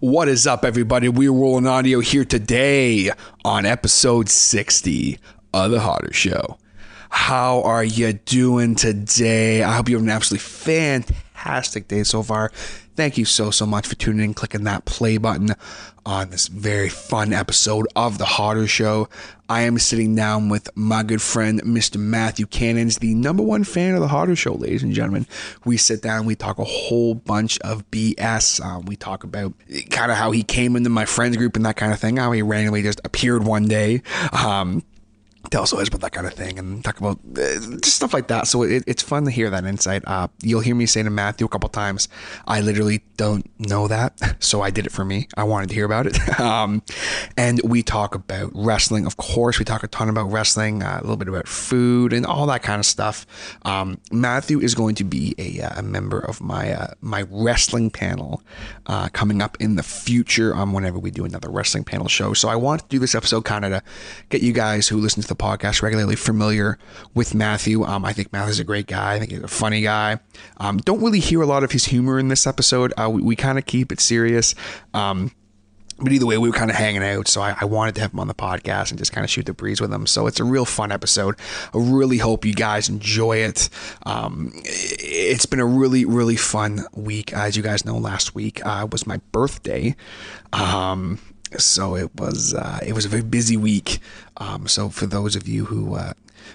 What is up, everybody? We're Rolling Audio here today on episode 60 of The Hotter Show. How are you doing today? I hope you have an absolutely fantastic day so far. Thank you so, so much for tuning in, clicking that play button on this very fun episode of The Hotter Show. I am sitting down with my good friend, Mr. Matthew Cannons, the number one fan of The Hotter Show, ladies and gentlemen. We sit down, we talk a whole bunch of BS. Um, we talk about kind of how he came into my friends group and that kind of thing, how he randomly just appeared one day. Um, tell us always about that kind of thing and talk about uh, just stuff like that. So it, it's fun to hear that insight. Uh, you'll hear me say to Matthew a couple times, I literally don't know that. So I did it for me. I wanted to hear about it. um, and we talk about wrestling. Of course, we talk a ton about wrestling, uh, a little bit about food and all that kind of stuff. Um, Matthew is going to be a, uh, a member of my, uh, my wrestling panel uh, coming up in the future um, whenever we do another wrestling panel show. So I wanted to do this episode kind of to get you guys who listen to the podcast regularly familiar with Matthew. Um, I think Matthew's a great guy. I think he's a funny guy. Um, don't really hear a lot of his humor in this episode. Uh, we we kind of keep it serious. Um, but either way, we were kind of hanging out. So I, I wanted to have him on the podcast and just kind of shoot the breeze with him. So it's a real fun episode. I really hope you guys enjoy it. Um, i- it's been a really, really fun week. As you guys know, last week uh, was my birthday. Um, so it was uh, it was a very busy week. Um, so for those of you who uh,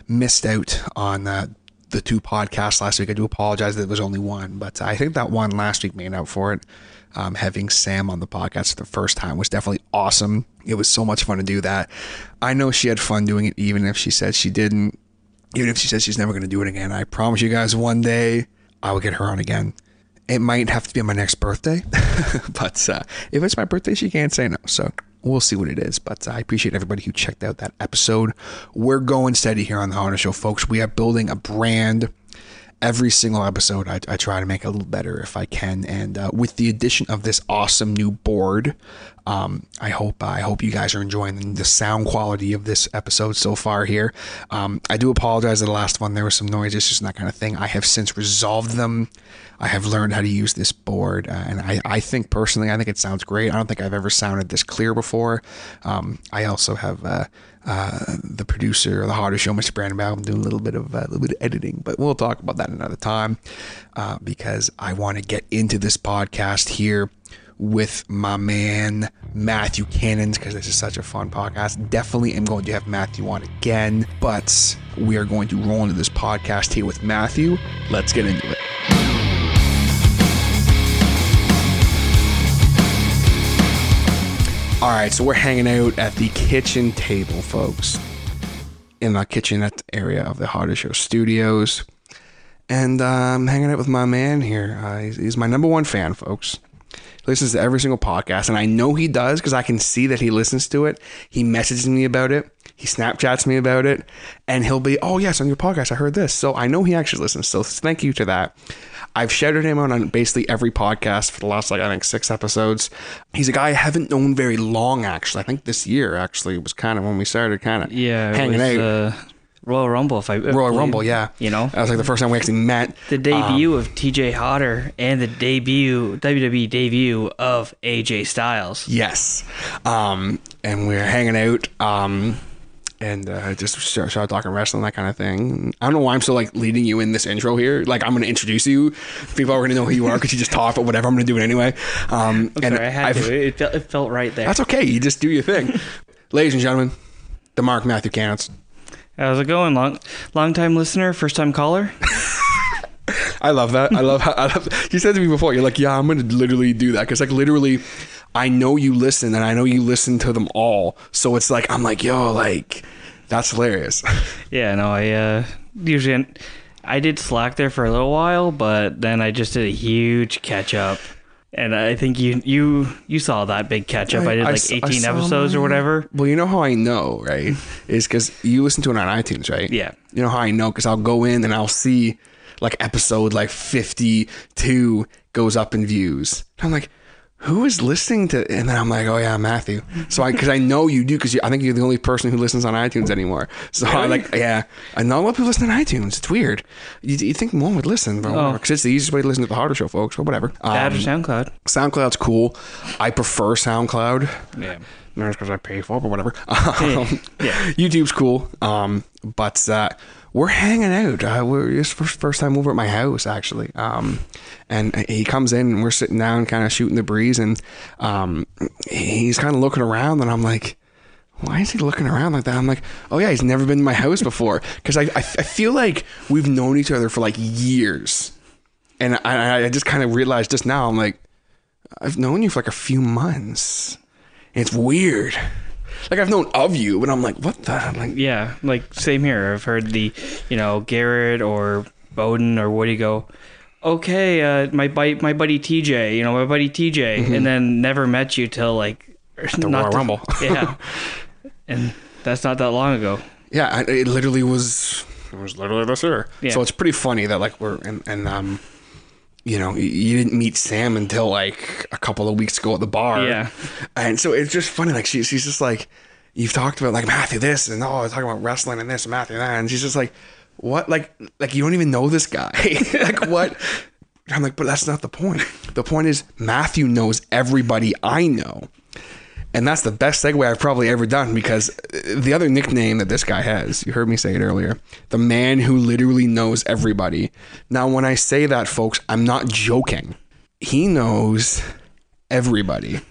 missed out on uh, the two podcasts last week. I do apologize that there was only one, but I think that one last week made up for it. Um, having Sam on the podcast for the first time was definitely awesome. It was so much fun to do that. I know she had fun doing it, even if she said she didn't. Even if she says she's never going to do it again, I promise you guys one day I will get her on again. It might have to be on my next birthday, but uh, if it's my birthday, she can't say no. So we'll see what it is. But uh, I appreciate everybody who checked out that episode. We're going steady here on the Honor Show, folks. We are building a brand. Every single episode, I, I try to make it a little better if I can, and uh, with the addition of this awesome new board, um, I hope I hope you guys are enjoying the sound quality of this episode so far. Here, um, I do apologize. that The last one there was some noise issues and that kind of thing. I have since resolved them. I have learned how to use this board, uh, and I, I think personally, I think it sounds great. I don't think I've ever sounded this clear before. Um, I also have uh, uh, the producer of the Harder Show, Mr. Brandon Bowden, doing a little bit of uh, a little bit of editing, but we'll talk about that another time uh, because I want to get into this podcast here with my man Matthew Cannons because this is such a fun podcast. Definitely am going to have Matthew on again, but we are going to roll into this podcast here with Matthew. Let's get into it. All right, so we're hanging out at the kitchen table, folks, in the kitchenette area of the Harder Show Studios. And uh, I'm hanging out with my man here. Uh, he's, he's my number one fan, folks. He listens to every single podcast, and I know he does because I can see that he listens to it. He messages me about it. He Snapchats me about it, and he'll be, "Oh yes, on your podcast, I heard this." So I know he actually listens. So thank you to that. I've shouted him out on basically every podcast for the last like I think six episodes. He's a guy I haven't known very long, actually. I think this year actually was kind of when we started kind of Yeah, it hanging was, out. Uh, Royal Rumble, if I Royal Rumble, yeah. Uh, um, you know that was like the first time we actually met. Uh, the debut of T.J. Hodder and the debut WWE debut of AJ Styles. Yes. Um, and we were hanging out. Um, and uh, just start, started talking wrestling, that kind of thing. I don't know why I'm still like leading you in this intro here. Like I'm going to introduce you. People are going to know who you are because you just talk, but whatever. I'm going to do it anyway. Um, and Sorry, I had I've- to. It felt, it felt right there. That's okay. You just do your thing, ladies and gentlemen. The Mark Matthew Cannons. How's it going, long long time listener, first time caller? I love that. I love how I love, you said to me before. You're like, yeah, I'm gonna literally do that because like literally, I know you listen and I know you listen to them all. So it's like I'm like, yo, like that's hilarious. yeah, no, I uh, usually I did Slack there for a little while, but then I just did a huge catch up. And I think you you you saw that big catch up. I, did I like s- I 18 saw episodes or mine. whatever. Well, you know how I know, right? Is because you listen to it on iTunes, right? Yeah. You know how I know because I'll go in and I'll see like episode like 52 goes up in views. I'm like, who is listening to? And then I'm like, oh yeah, Matthew. So I because I know you do because I think you're the only person who listens on iTunes anymore. So I like yeah, I know a lot of people listen on iTunes. It's weird. You you think more would listen, but because it's the easiest way to listen to the harder show, folks. But whatever. Oh. That Um, or SoundCloud. SoundCloud's cool. I prefer SoundCloud. Yeah. Not because I pay for it, but whatever. Um, Yeah. YouTube's cool. Um, but uh, we're hanging out. Uh, we're this first first time over at my house actually. Um, and he comes in and we're sitting down, kind of shooting the breeze, and um, he's kind of looking around, and I'm like. Why is he looking around like that? I'm like, oh yeah, he's never been to my house before because I, I I feel like we've known each other for like years, and I I just kind of realized just now I'm like, I've known you for like a few months. And it's weird. Like I've known of you, but I'm like, what the? I'm like, Yeah. Like same here. I've heard the, you know, Garrett or Bowden or Woody go, okay, uh, my bite, my buddy TJ, you know, my buddy TJ, and then never met you till like the Mm-hmm. Royal Rumble. yeah. And that's not that long ago. yeah, I, it literally was. It was literally this year. Yeah. So it's pretty funny that like we're and, and um, you know, y- you didn't meet Sam until like a couple of weeks ago at the bar. Yeah. And so it's just funny. Like she, she's just like, you've talked about like Matthew this and oh, talking about wrestling and this and Matthew that, and she's just like, what? Like, like you don't even know this guy. like what? I'm like, but that's not the point. The point is Matthew knows everybody I know. And that's the best segue I've probably ever done because uh, the other nickname that this guy has, you heard me say it earlier, the man who literally knows everybody. Now, when I say that, folks, I'm not joking. He knows everybody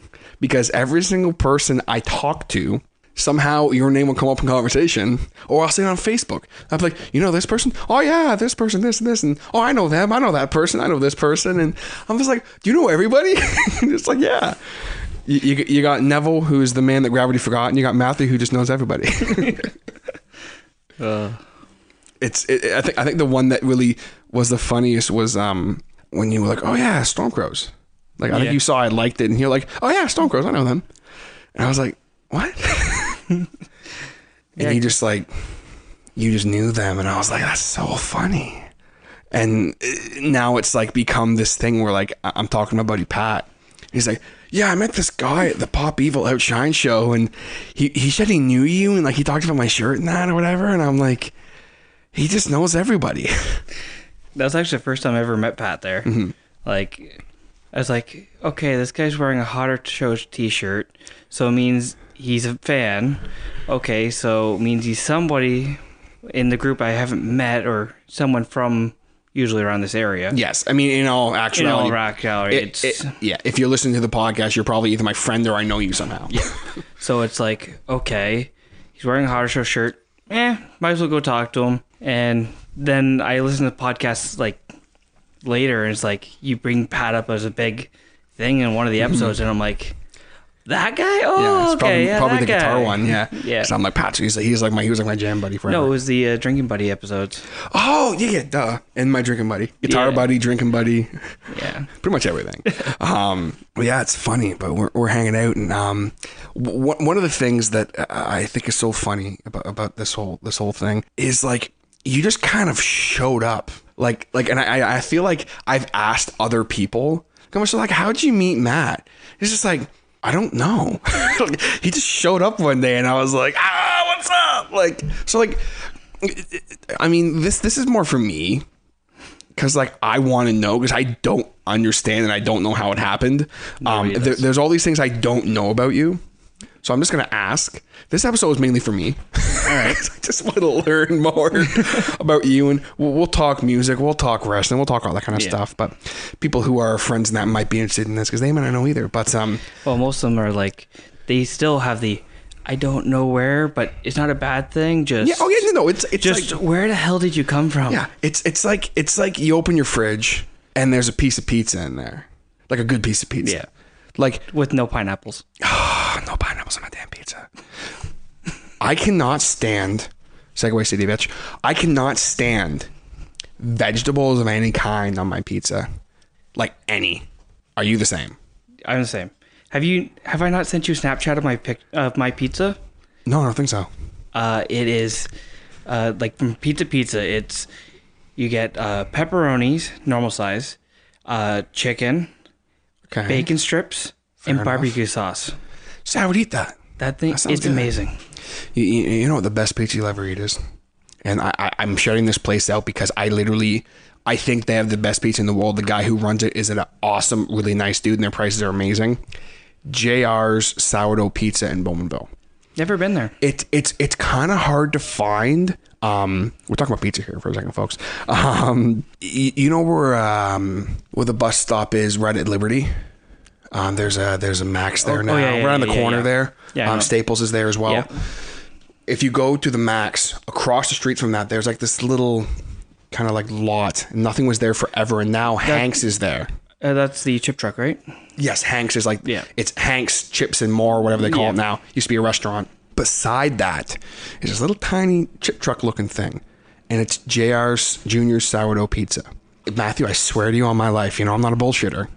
because every single person I talk to, somehow your name will come up in conversation or I'll see it on Facebook. I'll be like, you know this person? Oh, yeah, this person, this and this. And oh, I know them. I know that person. I know this person. And I'm just like, do you know everybody? and it's like, yeah. You, you, you got Neville, who's the man that gravity forgot, and you got Matthew, who just knows everybody. Uh, it's it, I think I think the one that really was the funniest was um when you were like, oh yeah, Stormcrows. Like I Yeah. think you saw I liked it, and you're like, oh yeah, Stormcrows, I know them. And I was like, what? and you just like you just knew them, and I was like, that's so funny. And uh, now it's like become this thing where like I- I'm talking to my buddy Pat. He's like, yeah, I met this guy at the Pop Evil Outshine show, and he he said he knew you, and like he talked about my shirt and that or whatever, and I'm like. He just knows everybody. that was actually the first time I ever met Pat there. Mm-hmm. Like, I was like, okay, this guy's wearing a hotter show T-shirt, so it means he's a fan. Okay, so it means he's somebody in the group I haven't met or someone from usually around this area. Yes, I mean in all You know, actuality, rock out. it- It's it- yeah. If you're listening to the podcast, you're probably either my friend or I know you somehow. Yeah, so it's like okay, he's wearing a hotter show shirt. Eh, might as well go talk to him. And then I listen to podcasts like later, and it's like you bring Pat up as a big thing in one of the episodes, and I'm like, that guy. Oh, it's okay, probably, yeah, probably that the guitar guy." one. Yeah, Yeah. So I'm like, Patrick. He's like, he's like my he was like my jam buddy forever. No, it was the uh, drinking buddy episodes. Oh yeah, yeah, duh. And my drinking buddy, guitar Yeah. buddy, drinking buddy, Yeah, pretty much everything. um, but yeah, it's funny, but we're, we're hanging out, and um, w- one of the things that I think is so funny about, about this whole this whole thing is like you just kind of showed up, like like, and I I- I feel like I've asked other people, come on, so like, how'd you meet Matt? It's just like. I don't know. he just showed up one day, and I was like, "Ah, what's up?" Like, so, like, I mean, this this is more for me because like I want to know because I don't understand and I don't know how it happened. Um, there, there's all these things I don't know about you, so I'm just gonna ask. This episode is mainly for me. All right, I just want to learn more about you, and we'll, we'll talk music, we'll talk wrestling, we'll talk all that kind of stuff. But people who are friends and that might be interested in this because they might not know either. But um, well, most of them are like they still have the I don't know where, but it's not a bad thing. Just yeah, oh yeah, no, no, it's it's like- just where the hell did you come from? Yeah, it's it's like it's like you open your fridge and there's a piece of pizza in there, like a good piece of pizza. Yeah. Like with no pineapples. oh, no pineapples on my damn pizza. I cannot stand Segway City, bitch. I cannot stand vegetables of any kind on my pizza, like any. Are you the same? I'm the same. Have you? Have I not sent you a Snapchat of my pic of my pizza? No, I don't think so. Uh, it is, uh, like from Pizza Pizza. It's you get uh, pepperonis, normal size, uh, chicken, Okay. bacon strips, and enough. barbecue sauce. So I would eat that. That thing sounds it's good. amazing. You, you you know what the best pizza you'll ever eat is? And I, I, I'm shouting this place out because I literally, I think they have the best pizza in the world. The guy who runs it is an awesome, really nice dude, and their prices are amazing. JR's Sourdough Pizza in Bowmanville. Never been there. It, it's it's kind of hard to find. Um, we're talking about pizza here for a second, folks. Um, y- you know where um, where the bus stop is, right at Liberty. Um, there's a there's a Max there now, Oh, yeah, yeah, right on the yeah, yeah, corner yeah. there. Yeah, I um, know. Staples is there as well Yep. if you go to the max across the street from that there's like this little kind of like lot nothing was there forever and now hanks is there Uh, that's the chip truck, right? yes hanks is like Yeah. it's hanks chips and more whatever they call Yeah. it now used to be a restaurant beside that is this little tiny chip truck looking thing and it's jr's junior sourdough pizza matthew i swear to you on my life you know i'm not a bullshitter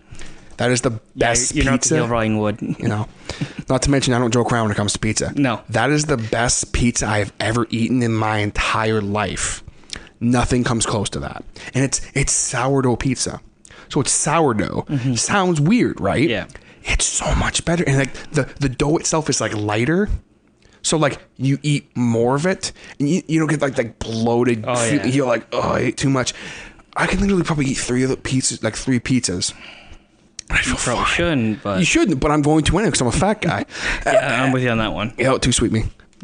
that is the best You're not pizza the Hill Rolling Wood. you know. Not to mention, I don't joke around when it comes to pizza. No. That is the best pizza I've ever eaten in my entire life. Nothing comes close to that. And it's it's sourdough pizza. So it's sourdough. Sounds weird, right? Mm-hmm. Yeah. It's so much better. And like the, the dough itself is like lighter. So like you eat more of it and you, you don't get like like bloated Oh, feel- yeah. you're like, oh I ate too much. I can literally probably eat three of the pizzas like three pizzas. And I feel Probably fine. shouldn't, but You shouldn't, but I'm going to win it because I'm a fat guy. Uh, yeah, I'm with you on that one. Yo, too sweet me.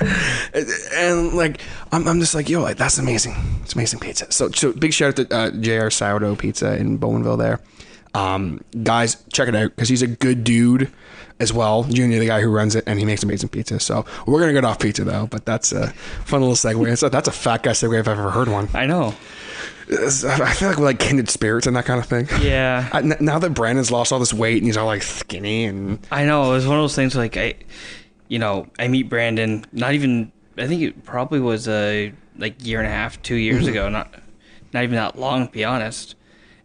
and like, I'm, I'm just like, yo, like, that's amazing. It's amazing pizza. So, so big shout out to uh, JR Sourdough Pizza in Bowmanville there. Um, guys, check it out because he's a good dude as well. Junior, the guy who runs it, and he makes amazing pizza. So we're gonna get off pizza though, but that's a fun little segue. That's a, that's a fat guy segue if I've ever heard one. I know. It's- I feel like we're like kindred spirits and that kind of thing. Yeah. I, n- now that Brandon's lost all this weight and he's all like skinny and I know it was one of those things like I, you know, I meet Brandon. Not even I think it probably was a like year and a half, two years Mm-hmm. ago. Not not even that long, to be honest.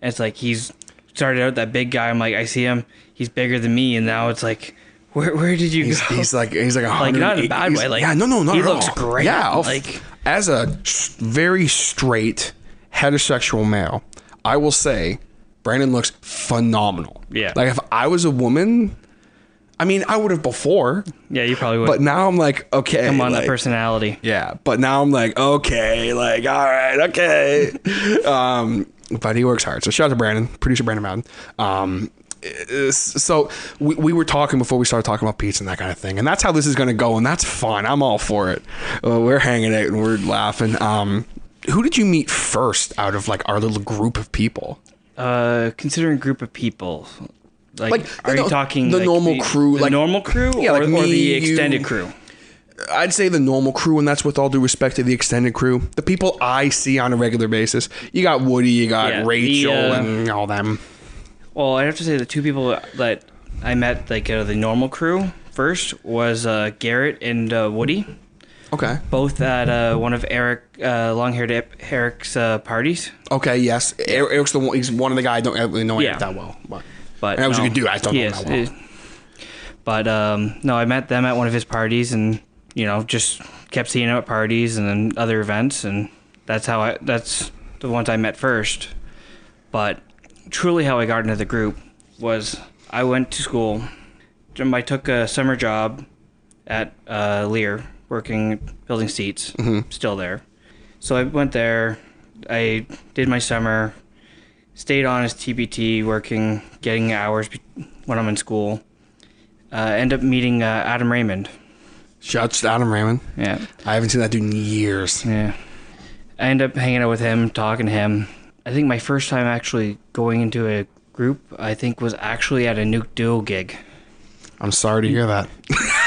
And it's like he's started out that big guy. I'm like I see him. He's bigger than me, and now it's like where where did you He's, go? he's like he's like a hundred. not in a bad he's- way, like, yeah, no, no, not he at looks all. great, Yeah, I'll f- like- as a s- very straight heterosexual male, I will say Brandon looks phenomenal. Yeah. like if I was a woman, I mean, I would have before, yeah, you probably would. but now I'm like, okay, Come on, like, that personality. Yeah, but now I'm like, okay, like, all right, okay. um, but he works hard. So shout out to Brandon, producer Brandon Mountain. Um, uh, so we, we were talking before we started talking about pizza and that kind of thing, and that's how this is going to go, and that's fine. I'm all for it. Uh, we're hanging out and we're laughing. Um, who did you meet first out of like our little group of people? Uh, considering group of people. Like, Like, are the- you talking the like, normal the- crew, the like- normal crew, Yeah, like or, or me, the you- extended crew? I'd say the normal crew, and that's with all due respect to the extended crew, the people I see on a regular basis. You got Woody, you got Yeah, the, Rachel, uh, and all them. Well, I have to say the two people that I met, like out of the normal crew, first was uh, Garrett and uh, Woody, Okay. both at uh, one of Eric uh, long-haired Ep- Eric's uh, parties. Okay, yes. Er- Eric's the one, he's one of the guys I don't really know Yeah. Eric that well. But But that was a no, good dude. I don't he know is. him that well. Uh, But um, no, I met them at one of his parties, and you know, just kept seeing him at parties and then other events, and that's how I. That's the ones I met first. But truly, how I got into the group was I went to school. I took a summer job at uh, Lear, working building seats. Mm-hmm. Still there. So I went there. I did my summer. Stayed on as TBT, working, getting hours be- when I'm in school. Uh, end up meeting uh, Adam Raymond. Shouts to Adam Raymond. Yeah. I haven't seen that dude in years. Yeah. I end up hanging out with him, talking to him. I think my first time actually going into a group, I think, was actually at a Nuke Duo gig. I'm sorry to hear that.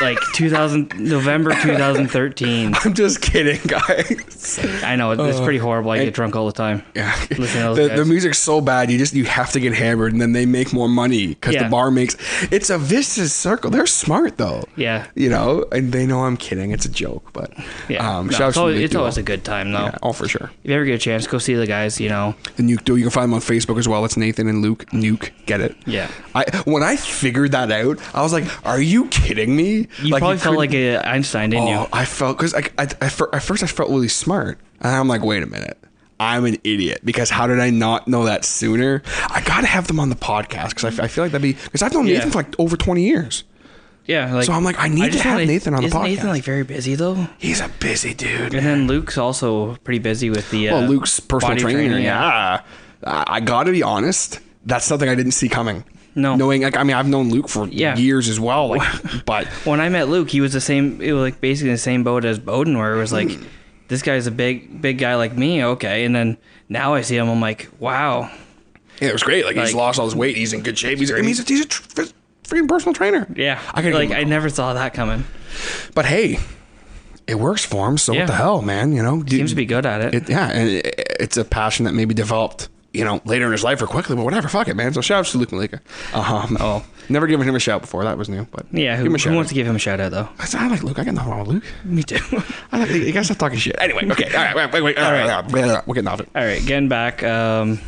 Like 2000, November 2013. I'm just kidding, guys. I know, it- it's pretty horrible. I get drunk all the time. Oh. Yeah. Listen to those The, guys. the music's so bad, you just you have to get hammered, and then they make more money because Yeah. the bar makes. It's a vicious circle. They're smart though. Yeah. You know, and they know I'm kidding. It's a joke, but Yeah. Um, No, shouts it's to always, Nuke it's Duo. always a good time, though. yeah, all for sure. If you ever get a chance, go see the guys, you know. The Nuke Duo. You can find them on Facebook as well. It's Nathan and Luke. Nuke. Get it? Yeah. I when I figured that out, I was like, "Are you kidding me?" You probably felt couldn't- like a Einstein, didn't you? Oh, I felt because I, I, I fir- at first I felt really smart, and I'm like, "Wait a minute." I'm an idiot because how did I not know that sooner? I got to have them on the podcast because I, f- I feel like that'd be because I've known Yeah. Nathan for like over 20 years. Yeah, like So I'm like, I need to just have wanna- Nathan on the isn't podcast. Nathan like very busy though, He's a busy dude. and then Luke's also pretty busy with the uh, Well, Oh, Luke's personal body trainer. yeah. Uh, I I gotta be honest. That's something I didn't see coming. No. Knowing, like, I mean, I've known Luke for Yeah. years as well. Like, but When I met Luke, he was the same. It was like basically the same boat as Bowden, where it was like, Hmm. this guy's a big, big guy like me, okay. And then now I see him, I'm like, wow, yeah, it was great. Like, he's Like- lost all his weight. He's in good shape. He's, I mean, he's a, he's a tr- freaking personal trainer. yeah. I could like I never saw that coming. But hey, it works for him. So Yeah. what the hell, man? You know, Seems to be good at it. It, yeah, and it, it's a passion that maybe developed, you know, later in his life or quickly, but whatever. Fuck it, man. So shout outs to Luke Malika. Um, Oh. never given him a shout before. That was new. But yeah, give who, him a who shout. wants to give him a shout out though? I said, I like Luke. I got nothing wrong with Luke. Me too. I like, you guys stop talking shit. Anyway, okay. All right, wait, wait, wait. All right. Blah, blah, blah. We're getting off it. All right, getting back. Um,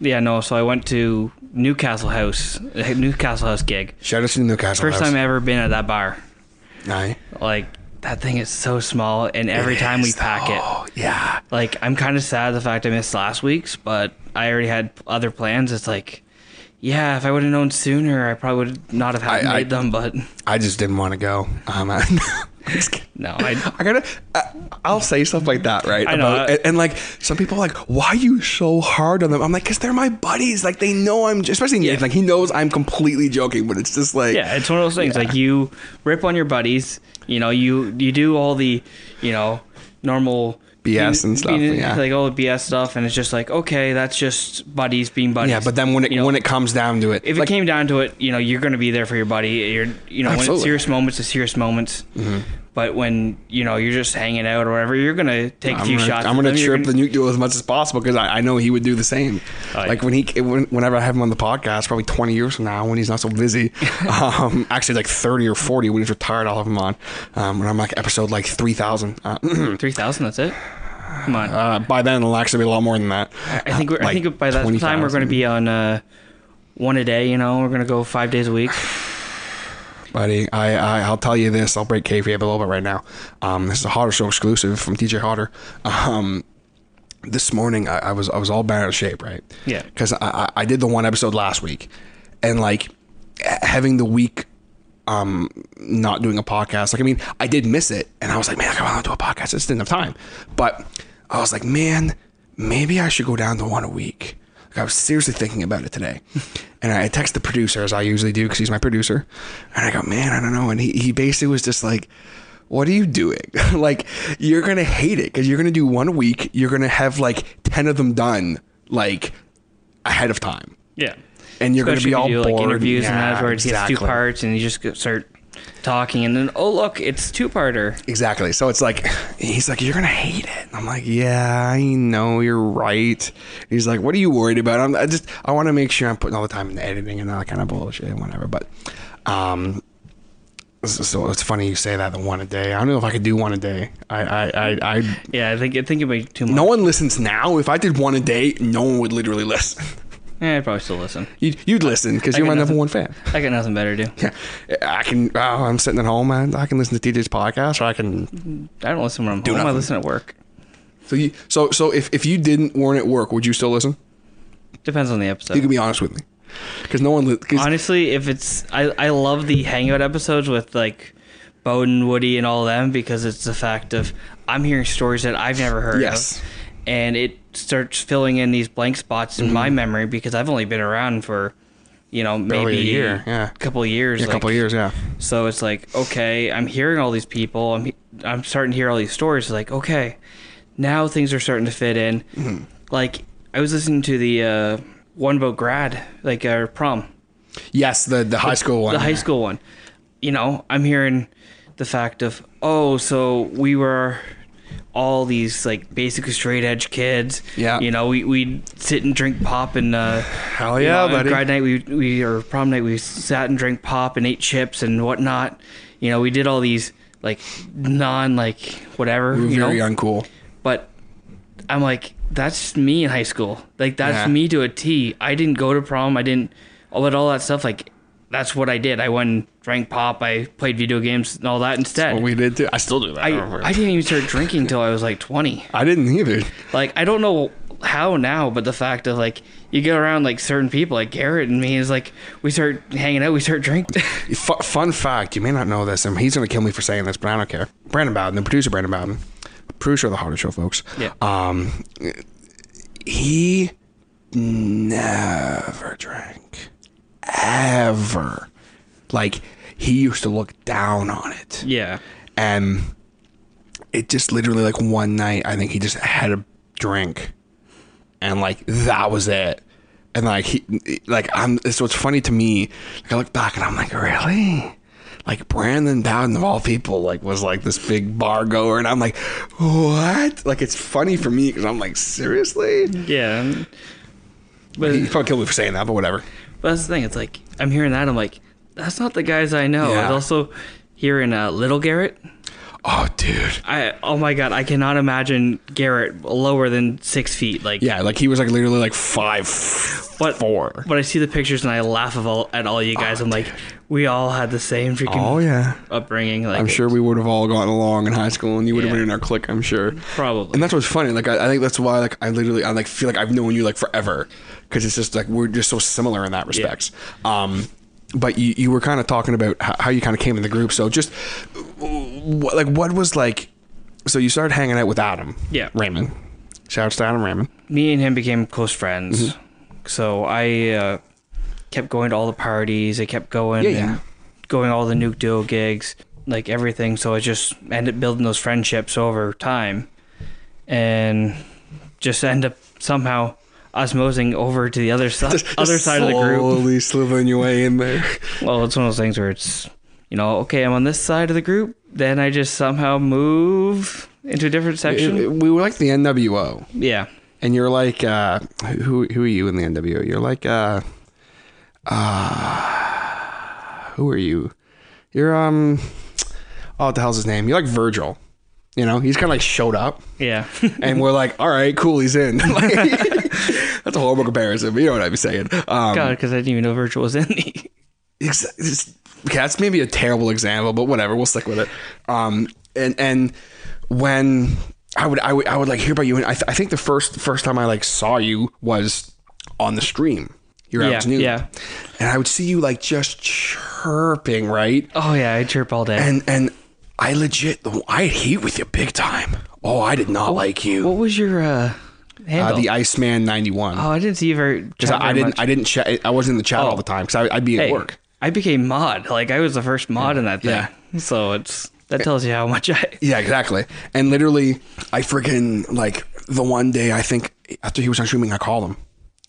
yeah, no. So I went to Newcastle House, Newcastle House gig. Shout out to Newcastle. First House. time I ever been at that bar. Aye. Like that thing is so small, and every time we Yes, pack it, Oh, yeah. like I'm kind of sad the fact I missed last week's, but I already had other plans. It's like, yeah, if I would have known sooner, I probably would not have had I- I- made them. But I just didn't want to go. Um, I, Just kidding. no, I I uh, gotta. I, I'll say stuff like that, right? I know. and, and, like some people, are like, why are you so hard on them? I'm like, cause they're my buddies. Like they know I'm, especially Nathan, like he knows I'm completely joking, but it's just like, yeah, it's one of those things. Like you rip on your buddies, you know, you you do all the, you know, normal. BS and stuff, being- yeah. like all the BS stuff, and it's just like, okay, that's just buddies being buddies. yeah. But then when it You know, when it comes down to it, if like, it came down to it, you know, you're going to be there for your buddy. You're, you know, when Absolutely. Mm-hmm. it's serious moments, it's serious moments. But when you know you're just hanging out or whatever, you're going to take a I'm few gonna, shots. I'm at gonna them. You're Oh, chirp the nuke duo as much as possible because I, I know he would do the same. Aye. Like when he, when, whenever I have him on the podcast, probably 20 years from now when he's not so busy, um, actually like 30 or 40 when he's retired, I'll have him on. Um, when I'm like episode like 3,000. Uh, Three thousand. That's it. Come on. uh, by then it'll actually be a lot more than that. I think we're, I think by that time we're going to be on uh, one a day. You know, we're going to go five days a week. buddy. I, I I'll tell you this. I'll break kayfabe a little bit right now. Um, this is a Hotter Show exclusive from DJ Hotter. Um, this morning I, I was I was all bent out of shape, right? Yeah. Because I, I I did the one episode last week, and like h- having the week. Um, not doing a podcast. Like, I mean, I did miss it, and I was like, man, I can't do a podcast. I just didn't have time. But I was like, man, maybe I should go down to one a week. Like, I was seriously thinking about it today. And I text the producer, as I usually do, because he's my producer. And I go, man, I don't know. And he, he basically was just like, what are you doing? like, you're going to hate it because you're going to do one a week. You're going to have like 10 of them done, like ahead of time. Yeah. And you're going to Especially be if all you do, bored. like interviews and Yeah, that, where it gets two exactly. parts, and you just go- start talking, and then oh look, it's two parter. Exactly. So it's like he's like, You're gonna hate it. And I'm like, Yeah, I know you're right. He's like, What are you worried about? I'm I just I wanna make sure I'm putting all the time into editing and all that kind of bullshit and whatever. But um so- so it's funny you say that the one a day. I don't know if I could do one a day. I I I, I Yeah, I think I think it'd be too much. no one listens now. If I did one a day, no one would literally listen. Yeah, I'd probably still listen. You'd, you'd listen because you're got my number nothing. one fan. I got nothing better to do. Yeah, I can. Oh, I'm sitting at home and I can listen to DJ's podcast, or I can I don't listen when I'm home. nothing. I listen at work. So you so so if, if you didn't weren't at work, would you still listen? Depends on the You episode. can be honest with me, because no one. li- Cause, Honestly, if it's I, I love the hangout episodes with like Bowden, Woody, and all of them because it's the fact of I'm hearing stories that I've never heard Yes. of, and it starts filling in these blank spots in my memory because I've only been around for you know maybe Mm-hmm. Barely a year, yeah. couple of years, a like- couple of years, yeah. So it's like, okay, I'm hearing all these people. I'm I'm starting to hear all these stories. Like, okay, now things are starting to fit in. Mm-hmm. Like, I was listening to the uh, one boat grad, like our prom, Yes, the the high school one. the high school one. You know, I'm hearing the fact of, oh, so we were all these like basically straight edge kids. Yeah. You know, we we'd sit and drink pop and uh, Hell you yeah, know, on buddy. Grad night, we we or prom night, we sat and drank pop and ate chips and whatnot. You know, we did all these like non like whatever. Very you know, uncool. but I'm like, that's just me in high school. Like Yeah. that's me to a T. I didn't go to prom. I didn't all that all that stuff. Like that's what I did. I went and drank pop. I played video games and all that instead. What we did too. I still do that. I, I, I didn't even start drinking till I was like 20. I didn't either. Like, I don't know how now, but the fact of like, you get around like certain people, like Garrett and me, is like, we start hanging out, we start drinking. F- fun fact: You may not know this, and he's gonna kill me for saying this, but I don't care. Brandon Bowden, the producer, Brandon Bowden, producer of the Harder Show, folks. Yeah. Um, he never drank, ever. Like he used to look down on it. yeah. and it just literally like one night i think he just had a drink and like that was it and like he like i'm so it's funny to me like i look back and i'm like really like brandon bowden of all people like was like this big bar goer and i'm like what like it's funny for me because i'm like seriously Yeah. But he probably killed me for saying that but whatever But that's the thing. It's like I'm hearing that. I'm like, that's not the guys I know. Yeah. I was also hearing uh, Little Garrett. oh dude I oh my god, I cannot imagine Garrett lower than six feet. Like yeah like he was like literally like five but four But I see the pictures and I laugh of all at all you guys. I'm like, we all had the same freaking oh yeah upbringing. Like I'm sure we would have all gotten along in high school, and you would have Yeah. been in our clique. I'm sure. probably. And that's what's funny. Like I, I think that's why like I literally I like feel like I've known you like forever because it's just like we're just so similar in that respect. Um, but you you were kind of talking about how, how you kind of came in the group. So just wh- like what was like, so you started hanging out with Adam. Yeah. Raymond. Shouts to Adam Raymond. me and him became close friends. Mm-hmm. So I uh, kept going to all the parties. I kept going, Yeah, yeah. and going all the Nuke Duo gigs, like everything. So I just ended up building those friendships over time, and just end up somehow osmosing over to the other side, other Just side of the group. Slowly slithering your way in there. Well, it's one of those things where it's, you know, okay, I'm on this side of the group. Then I just somehow move into a different section. we were like the NWO. yeah. and you're like uh who who are you in the NWO? You're like uh uh who are you? You're um oh what the hell's his name? You're like Virgil. You know, he's kinda like showed up Yeah. and we're like, all right, cool, he's in. Like, that's a horrible comparison, but you know what I'm saying. Um God, because I didn't even know Virtual was in the. ex- it's- okay, that's maybe a terrible example, but whatever, we'll stick with it. Um, and and when I would I would I would like hear about you, and I, th- I think the first first time I like saw you was on the stream. Your Yeah, afternoon, yeah. and I would see you like just chirping, right? Oh yeah, I chirp all day. And and I legit I hate with you big time. Oh, I did not like you. what was your uh, Uh, handle? the Iceman ninety one. oh, I didn't see you very. Chat I very didn't much. Oh. I didn't chat. I wasn't in the chat all the time because I'd be at Hey, work. I became mod. Like I was the first mod in that thing. Yeah. So it's that tells you how much I. Yeah, exactly. And literally, I freaking like the one day I think after he was on streaming, I called him,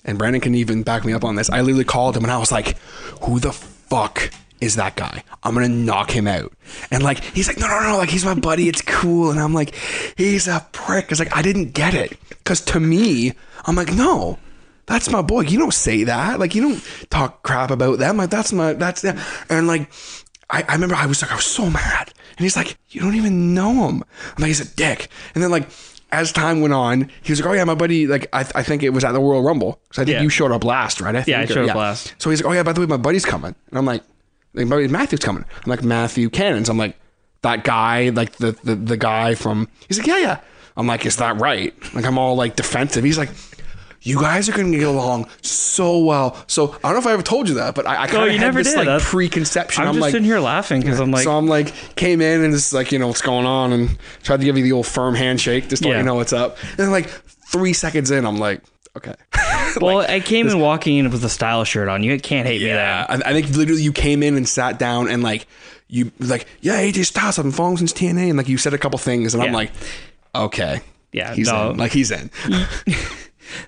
and Brandon can even back me up on this. I literally called him and I was like, "Who the fuck is that guy? I'm gonna knock him out." And like he's like, "No, no, no! Like he's my buddy. It's cool." And I'm like, "He's a prick." It's like I didn't get it because to me, I'm like, "No." That's my boy. You don't say that. Like you don't talk crap about them. Like that's my that's them. And like I, I remember I was like, I was so mad. And he's like, You don't even know him. I'm like, He's a dick. And then, like, as time went on, he was like, Oh, yeah, my buddy, like, I, I think it was at the World Rumble. So I think Yeah. you showed up last, right? I think, I or- showed up last. So he's like, Oh, yeah, by the way, my buddy's coming. And I'm like, like my buddy Matthew's coming. I'm like, Matthew Cannons. I'm like, That guy, like, the, the, the guy from. He's like, Yeah, yeah. I'm like, Is that right? Like, I'm all like defensive. He's like, you guys are going to get along so well. So I don't know if I ever told you that, but I, I kind of you had never this did. like That's- preconception. I'm, I'm, just like, in here laughing because I'm like, so I'm like, came in and just like, you know, what's going on? And tried to give you the old firm handshake just to let Yeah. you know what's up. And then like three seconds in, I'm like, okay. well, I came in walking in with a style shirt on. You can't hate me yeah. that. I, I think literally you came in and sat down and like, you like, yeah, AJ Styles, I've been following since TNA. And like, you said a couple things and I'm Yeah. like, okay. Yeah, He's no. in. Like, he's in.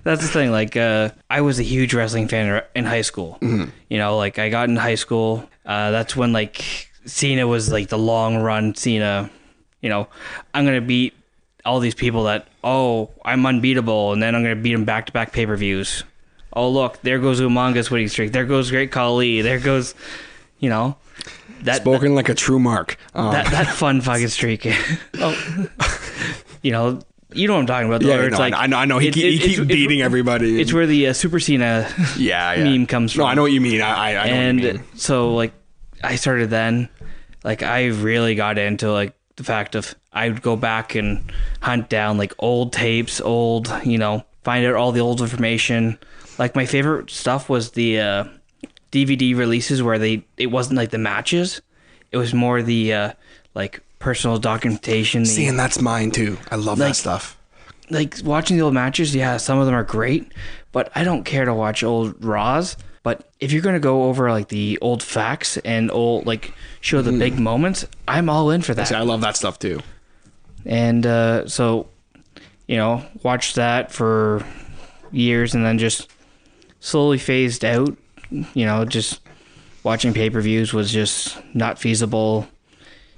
That's the thing. Like, uh, I was a huge wrestling fan in high school. Mm-hmm. You know, like I got in high school. Uh, that's when like Cena was like the long run Cena. You know, I'm gonna beat all these people that oh I'm unbeatable, and then I'm gonna beat them back to back pay per views. Oh look, there goes Umanga's winning streak. There goes Great Khali. There goes, you know, that Spoken like a true mark. Um, that that fun fucking streak. oh, you know, You know what I'm talking about? Though, Yeah, where no, it's I like know- I know- I know. He keep- he keep beating everybody. It's where the uh, Super Cena yeah, yeah. meme comes from. No, I know what you mean. I, I, I know what you and mean. so like I started then, like I really got into like the fact of I would go back and hunt down like old tapes, old you know, find out all the old information. Like my favorite stuff was the uh, DVD releases where they it wasn't like the matches, it was more the uh, like personal documentation. the- See, and that's mine too. I love that stuff. like watching the old matches, yeah, some of them are great, but I don't care to watch old Raws. But if you're gonna go over like the old facts and old like show the big moments, I'm all in for that. See, I love that stuff too. And uh, so, you know, watched that for years and then just slowly phased out. You know, just watching pay per views was just not feasible.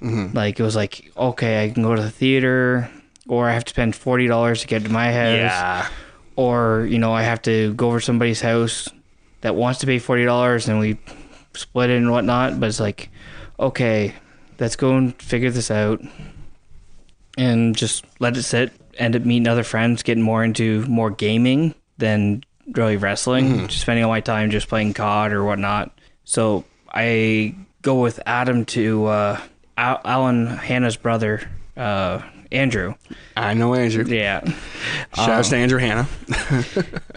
Like it was like okay, I can go to the theater, or I have to spend forty dollars to get to my house or you know I have to go over to somebody's house that wants to pay forty dollars and we split it and whatnot. But it's like, okay, let's go and figure this out, and just let it sit. End up meeting other friends, getting more into more gaming than really wrestling. Just spending all my time just playing COD or whatnot. So I go with Adam to uh, Al- Alan Hannah's brother, uh, Andrew. I know Andrew. Yeah. Shout out to Andrew Hanna.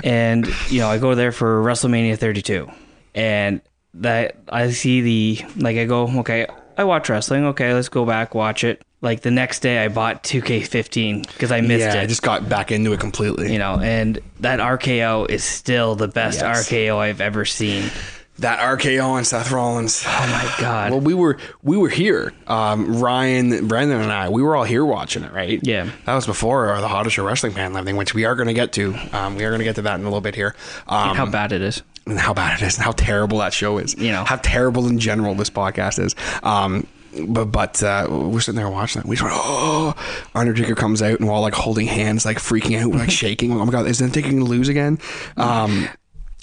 and you know I go there for WrestleMania 32, and that I see the like I go okay I watch wrestling okay let's go back watch it like the next day I bought 2K15 because I missed yeah, it I just got back into it completely. you know and that RKO is still the best Yes. RKO I've ever seen That RKO on Seth Rollins. oh my god Well, we were we were here. Um, Ryan, Brendan, and I. We were all here watching it, right? Yeah. That was before our, the hottest show wrestling fan live thing, which we are going to get to. Um, we are going to get to that in a little bit here. Um, how bad it is and how bad it is and how terrible that show is. You know. how terrible in general this podcast is. Um, but but uh, we're sitting there watching that. We just went, oh, Undertaker comes out and we're all like holding hands, like freaking out, we're, like shaking. Oh my god, is Undertaker going to lose again? Um,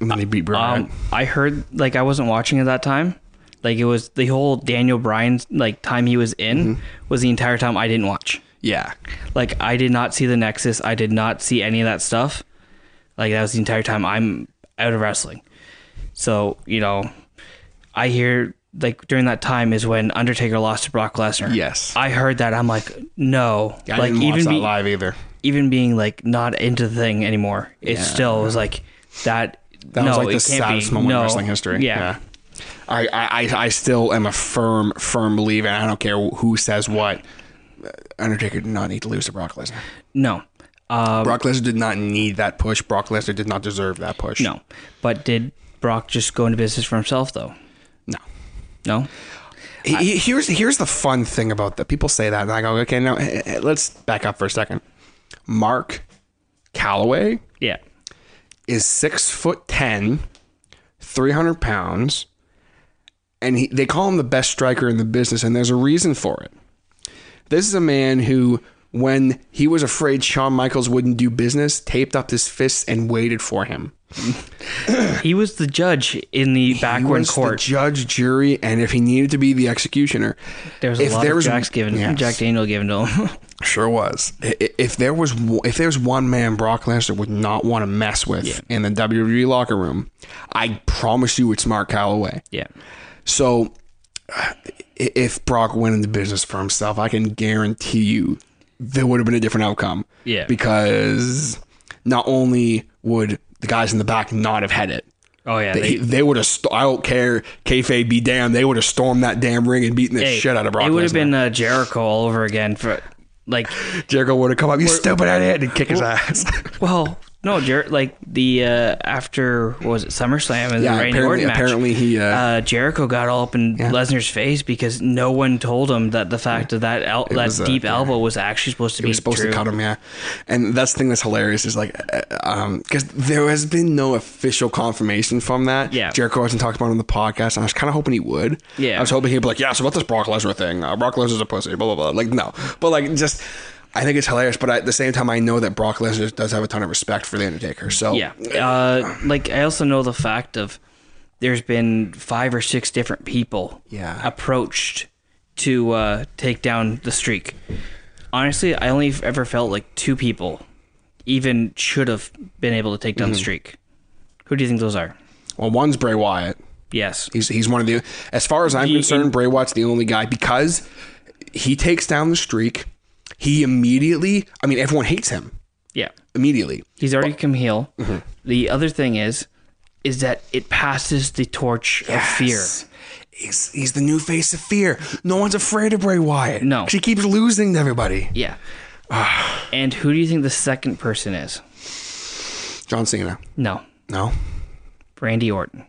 and then he beat Bret. Hart. um I heard like I wasn't watching at that time like it was the whole Daniel Bryan's like time he was in was the entire time I didn't watch yeah, Like I did not see the Nexus. I did not see any of that stuff. Like that was the entire time I'm out of wrestling. So, you know, I hear like during that time is when Undertaker lost to Brock Lesnar. Yes. I heard that. I'm like, no. I like didn't watch that be- live either. even being like not into the thing anymore. It still was like that. That no, was like it the can't saddest be. moment no. in wrestling history. Yeah. I, I, I- I still am a firm, firm believer, and I don't care who says what. Undertaker did not need to lose to Brock Lesnar. No. Uh, Brock Lesnar did not need that push. Brock Lesnar did not deserve that push. no. But did Brock just go into business for himself though? No. No. He- he- here's here's the fun thing about that. People say that, and I go, okay, now eh, eh, let's back up for a second. Mark Calloway Yeah. is six foot ten, 300 pounds, and he, they call him the best striker in the business, and there's a reason for it. This is a man who, when he was afraid Shawn Michaels wouldn't do business, taped up his fists and waited for him. He was the judge in the backward was the court. judge, jury, and if he needed to be the executioner, There was a if lot there of was- Jack's given Yes. Jack Daniel given to him. Sure was. I- i- If there was wo- if there was one man Brock Lesnar would not want to mess with in the WWE locker room, I promise you it's Mark Calloway. yeah. So i- if Brock went into business for himself, I can guarantee you there would have been a different outcome. Yeah. Because not only would the guys in the back not have had it, Oh yeah. they, They, they would have. St- I don't care. Kayfabe be damned. They would have stormed that damn ring and beaten the hey, shit out of Brock. It would have Lesnar. been uh, Jericho all over again for like Jericho would have come up. You stupid idiot! And kick his ass. well no Jer- like the uh, after what was it SummerSlam and Yeah, the Randy apparently- Orton match. apparently he, uh, uh, Jericho got all up in Lesnar's face because no one told him that the fact of that el- that was, uh, deep yeah. elbow was actually supposed to be You're supposed true. to cut him, yeah. And that's the thing that's hilarious is like, uh, um, because there has been no official confirmation from that. Yeah. Jericho hasn't talked about it on the podcast, and I was kind of hoping he would. Yeah. I was hoping he'd be like, yeah, so about this Brock Lesnar thing, uh, Brock Lesnar's a pussy, blah blah blah. Like no, but like just. I think it's hilarious, but I, at the same time, I know that Brock Lesnar does have a ton of respect for the Undertaker. So Yeah. Uh, like I also know the fact of there's been five or six different people Yeah. approached to uh, take down the streak. honestly, I only ever felt like two people even should have been able to take down the streak. Who do you think those are? Well, one's Bray Wyatt. Yes. He's he's one of the as far as I'm He- concerned, Bray Wyatt's the only guy because he takes down the streak. He immediately, I mean, everyone hates him Yeah. immediately. He's already come heel. The other thing is, is that it passes the torch of fear. He's, he's the new face of fear. No one's afraid of Bray Wyatt. No. 'Cause He keeps losing to everybody. Yeah. and who do you think the second person is? John Cena. No, No. Randy Orton.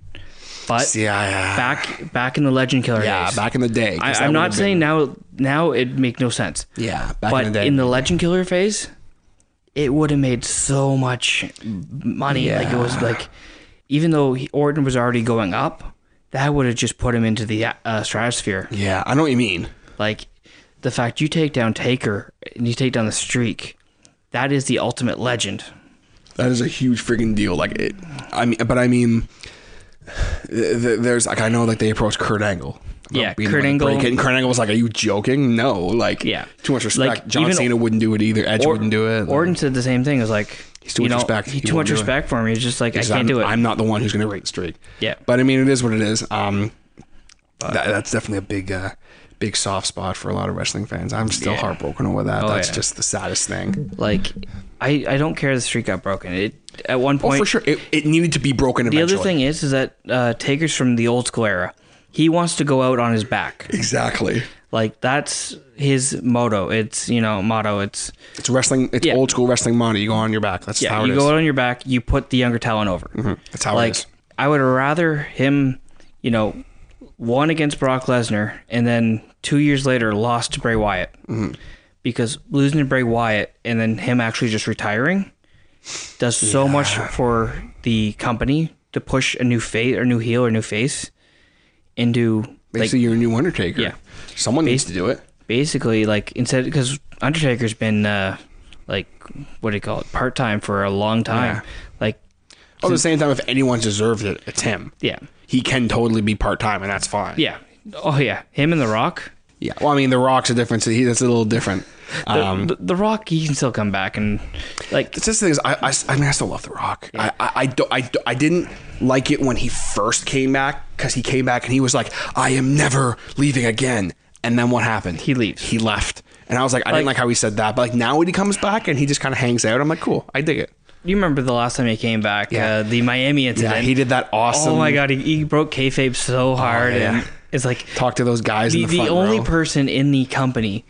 But Yeah, yeah. back back in the Legend Killer yeah, days. back in the day. 'cause I, that I'm would've not been- saying now. Now it make no sense. Yeah, back but in the day. Legend Killer phase, it would have made so much money. Like it was like, even though he- Orton was already going up, that would have just put him into the uh, stratosphere. yeah, I know what you mean. Like the fact you take down Taker and you take down the streak, that is the ultimate legend. That is a huge freaking deal. Like it, I mean, but I mean, th- th- there's like I know like they approached Kurt Angle. about Yeah, being, Kurt like, Angle- breaking. Kurt Angle was like, "Are you joking? No, like, Yeah. too much respect." Like, John even- Cena wouldn't do it either. Edge wouldn't do it. Orton said the same thing. It was like he's too you much know, respect. He He too won't much do it. respect for him. He's just like I Because can't I'm, do it. I'm not the one who's going to break the streak. Yeah. but I mean, it is what it is. Um, that, that's definitely a big, uh, big soft spot for a lot of wrestling fans. I'm still heartbroken over that. that's Oh, yeah. just the saddest thing. like I I don't care. The streak got broken. It at one point Oh, For sure, it, it needed to be broken The eventually. other thing is, is that uh, Taker's from the old school era. He wants to go out on his back. exactly. Like that's his motto. It's you know motto. It's It's wrestling. It's Yeah. old school wrestling money. You go on your back. That's how it is. Mm-hmm. you go out on your back. You put the younger talent over. That's how it Like is. I would rather him, you know, won against Brock Lesnar and then two years later lost to Bray Wyatt because losing to Bray Wyatt and then him actually just retiring does so much for the company to push a new face or new heel or new face into like Basically, you're a new Undertaker. Yeah. Someone needs to do it. basically like instead because Undertaker's been uh, like what do you call it part time for a long time. Yeah. Like But at the same time, if anyone's deserved it, it's him. yeah, He can totally be part time, and that's fine. yeah, oh yeah, him and The Rock. Yeah. Well, I mean, The Rock's a different. He that's a little different. Um, the, the Rock he can still come back and like it's just the thing is, I, I, I mean, I still love The Rock. I, I, I, don't, I, don't- I didn't like it when he first came back because he came back and he was like, I am never leaving again. And then what happened? He leaves. He left. And I was like, I didn't Like- like how he said that. But like now when he comes back and he just kind of hangs out, I'm like, cool. I dig it. you remember the last time he came back, Yeah. uh, the Miami Yeah. incident. he did that awesome. Oh, Oh my god, he, he broke kayfabe so hard, yeah. and it's like Talk to those guys the, in the, the front only row. person in the company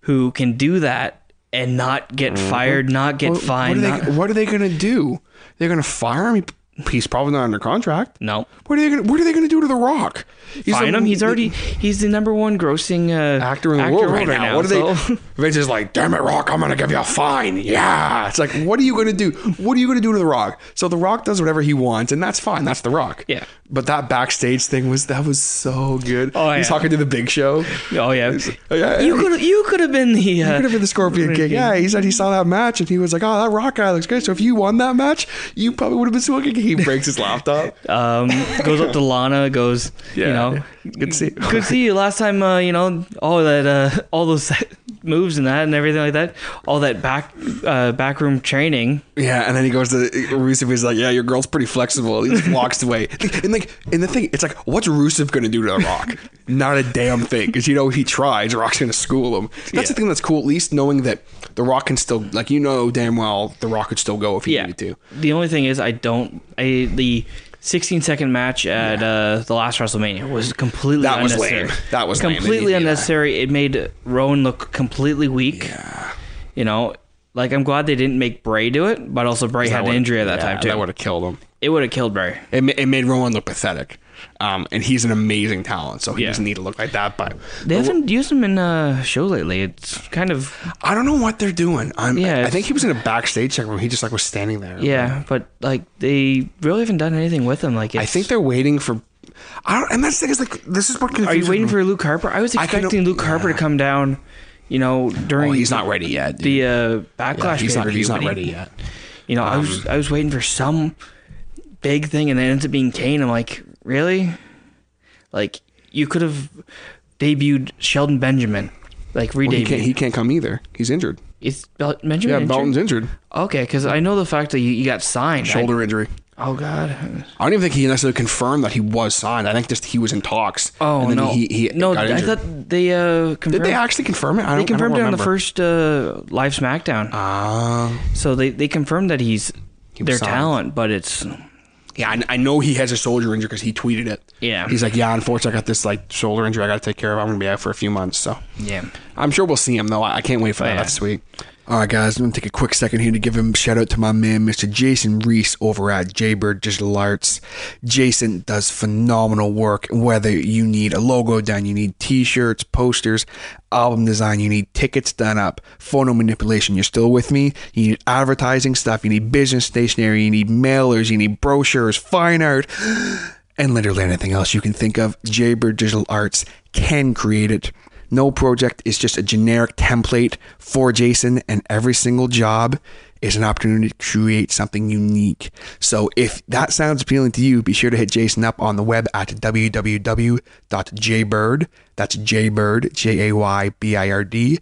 who can do that and not get fired, not get Mm-hmm. What are fined. they? not- What are they going to do? They're going to fire him. He's probably not under contract. no. What are they going? to What are they going to do to The Rock? He's Fine a- him. He's already he's the number one grossing uh, actor in the world right, now. What are so- they? Vince is like, damn it, Rock, I'm going to give you a fine. Yeah. It's like, what are you going to do? What are you going to do to The Rock? So The Rock does whatever he wants, and that's fine. That's The Rock. Yeah. But that backstage thing was that was so good. Oh, He's yeah. talking to the Big Show. oh yeah. Yeah, You could you could have been the uh, could have been the Scorpion King. Yeah, he said he saw that match and he was like, "Oh, that Rock guy looks great." So if you won that match, you probably would have been smoking. He breaks his laptop. um, goes up to Lana, goes, you Yeah, know, yeah. Good to see you." good to see you. Last time, uh, you know, all that, uh, all those moves and that and everything like that, all that back, uh, backroom training. Yeah, and then he goes to Rusev. He's like, "Yeah, your girl's pretty flexible." He just walks away. And like, and the thing, it's like, what's Rusev gonna do to The Rock? Not a damn thing, because you know he tries. The Rock's gonna school him. That's the thing that's cool. At least knowing that The Rock can still, like, you know damn well The Rock could still go if he Yeah. needed to. The only thing is, I don't, I, the 16 second match at, uh, the last WrestleMania was completely That was unnecessary. lame. That was lame. They completely didn't do that. unnecessary. It made Rowan look completely weak. Yeah, You know, like I'm glad they didn't make Bray do it, but also Bray had an injury at that Yeah, time too. That would have killed him. it would have killed Bray. It, ma- it made Rowan look pathetic, um, and he's an amazing talent, so he Yeah. doesn't need to look like that. But They haven't used him in uh, show lately. It's kind of I don't know what they're doing. I'm, Yeah, I, it's- think he was in a backstage check room. He just like was standing there. yeah, but like they really haven't done anything with him. Like it's, I think they're waiting for. I don't, and that's the thing is like this is what. are you waiting for Luke Harper? I was I can- expecting Luke Harper to come down. You know, during Oh, he's not ready yet. dude. the uh, backlash. he's not. pay-per-view, He's not but he- ready yet. You know, I was I was waiting for some big thing, and it ends up being Kane. I'm like, really? Like you could have debuted Sheldon Benjamin. like re Well, he debut. can't. He can't come either. He's injured. Is Bel- Benjamin Yeah, injured? Belton's injured. Okay, because I know the fact that you, you got signed. I- Shoulder injury. oh God. I don't even think he necessarily confirmed that he was signed. I think just he was in talks. Oh and then no. He, he no, got I injured. thought they uh confirmed. Did they actually confirm it? I don't. they confirmed I it don't on the remember. first uh, live SmackDown. Ah. so they, they confirmed that he's He was their signed. talent, but it's Yeah, I, I know he has a shoulder injury because he tweeted it. Yeah. he's like, yeah, unfortunately, I got this like shoulder injury I got to take care of. I'm gonna be out for a few months, so yeah. I'm sure we'll see him though. I, I can't wait for that. yeah. That's sweet. All right, guys, I'm going to take a quick second here to give a shout out to my man, Mr. Jason Reese over at Jaybird Digital Arts. Jason does phenomenal work. Whether you need a logo done, you need t shirts, posters, album design, you need tickets done up, photo manipulation, you're still with me? You need advertising stuff, you need business stationery, you need mailers, you need brochures, fine art. and literally anything else you can think of, Jaybird Digital Arts can create it. No project is just a generic template for Jason, and every single job is an opportunity to create something unique. So if that sounds appealing to you, be sure to hit Jason up on the web at www.jbird, that's jbird, J A Y B I R D,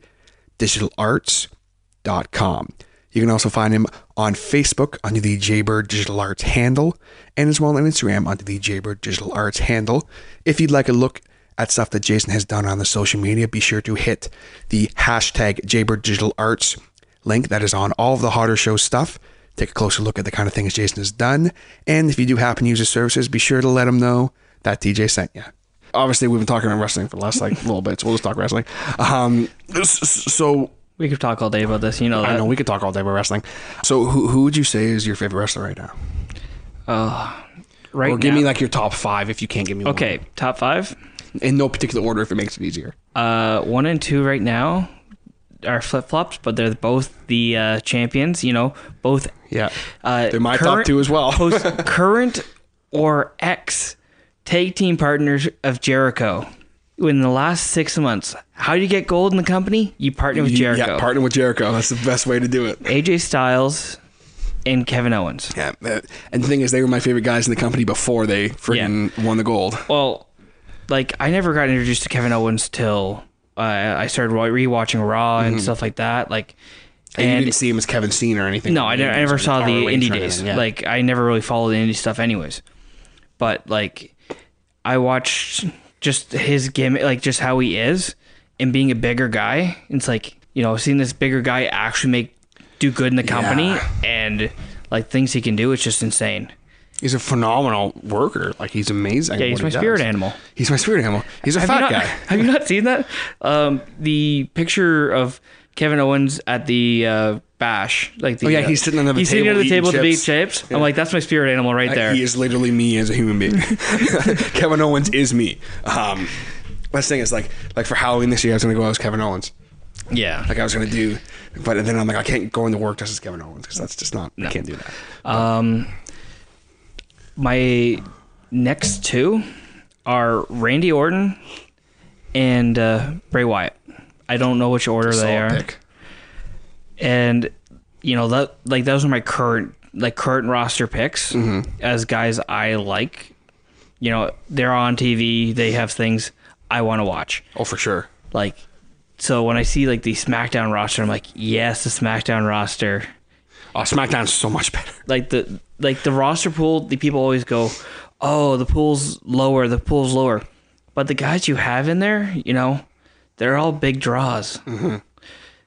digitalarts.com. You can also find him on Facebook under the Jaybird Digital Arts handle and as well on Instagram under the Jaybird Digital Arts handle. If you'd like a look at stuff that Jason has done on the social media, be sure to hit the hashtag Jaybird Digital Arts link that is on all of the Harder Show stuff. Take a closer look at the kind of things Jason has done. And if you do happen to use his services, be sure to let him know that DJ sent you. Obviously, we've been talking about wrestling for the last like little bit, so we'll just talk wrestling. Um, s- s- so We could talk all day about this. You know that. I know we could talk all day about wrestling. So who who would you say is your favorite wrestler right now? Uh, right. Or give now- me like your top five if you can't give me okay top five. one. in no particular order if it makes it easier. Uh, one and two right now are flip flops, but they're both the uh, champions. You know, both. Yeah, Uh, they're my top two as well. post current or ex tag team partners of Jericho. In the last six months, how do you get gold in the company? You partner with Jericho, Yeah, partner with Jericho. That's the best way to do it. AJ Styles, and Kevin Owens. Yeah, uh, and the thing is, they were my favorite guys in the company before they freaking won the gold. Well, like I never got introduced to Kevin Owens till uh, I started wa- rewatching Raw and stuff like that. Like, Mm-hmm. And, you and didn't see him as Kevin Steen or anything. no, I, never, I never saw the Or Reigns indie or days. anything, yeah. Like, I never really followed the indie stuff, anyways. But like, I watched just his gimmick, like just how he is, and being a bigger guy. It's like you know, seeing this bigger guy actually make do good in the company Yeah. and like things he can do. It's just insane. he's a phenomenal worker. Like he's amazing. at Yeah, he's what my he does. spirit animal. He's my spirit animal. He's a Have fat you not, guy. Have you not seen that? Um, the picture of Kevin Owens at the uh, bash, like the, Oh, yeah, uh, he's sitting under the he's sitting table under the eating table to chips. eat chips. I'm like, that's my spirit animal right there. He is literally me as a human being. Kevin Owens is me. Um, that's the thing is like like for Halloween this year I was gonna go out as Kevin Owens. yeah. Like I was gonna do, but then I'm like I can't go into work just as Kevin Owens because that's just not I can't do that. Um, my next two are Randy Orton and uh, Bray Wyatt. I don't know which order they Solid are, pick. and you know that like those are my current like current roster picks as guys I like. You know they're on TV. They have things I want to watch. Oh for sure. Like so when I see like the SmackDown roster, I'm like, yes, the SmackDown roster. Oh SmackDown's so much better. like the like the roster pool the people always go oh the pool's lower the pool's lower but the guys you have in there you know they're all big draws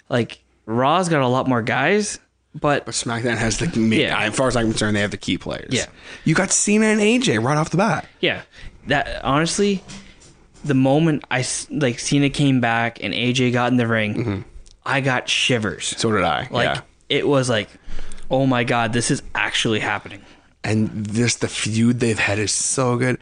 like raw's got a lot more guys but But SmackDown has the me- Yeah. as far as I'm concerned, they have the key players. Yeah. You got Cena and AJ right off the bat. yeah that honestly the moment i s- like cena came back and aj got in the ring i got shivers So did I. like Mm-hmm. yeah. it was like oh my god this is actually happening and this the feud they've had is so good.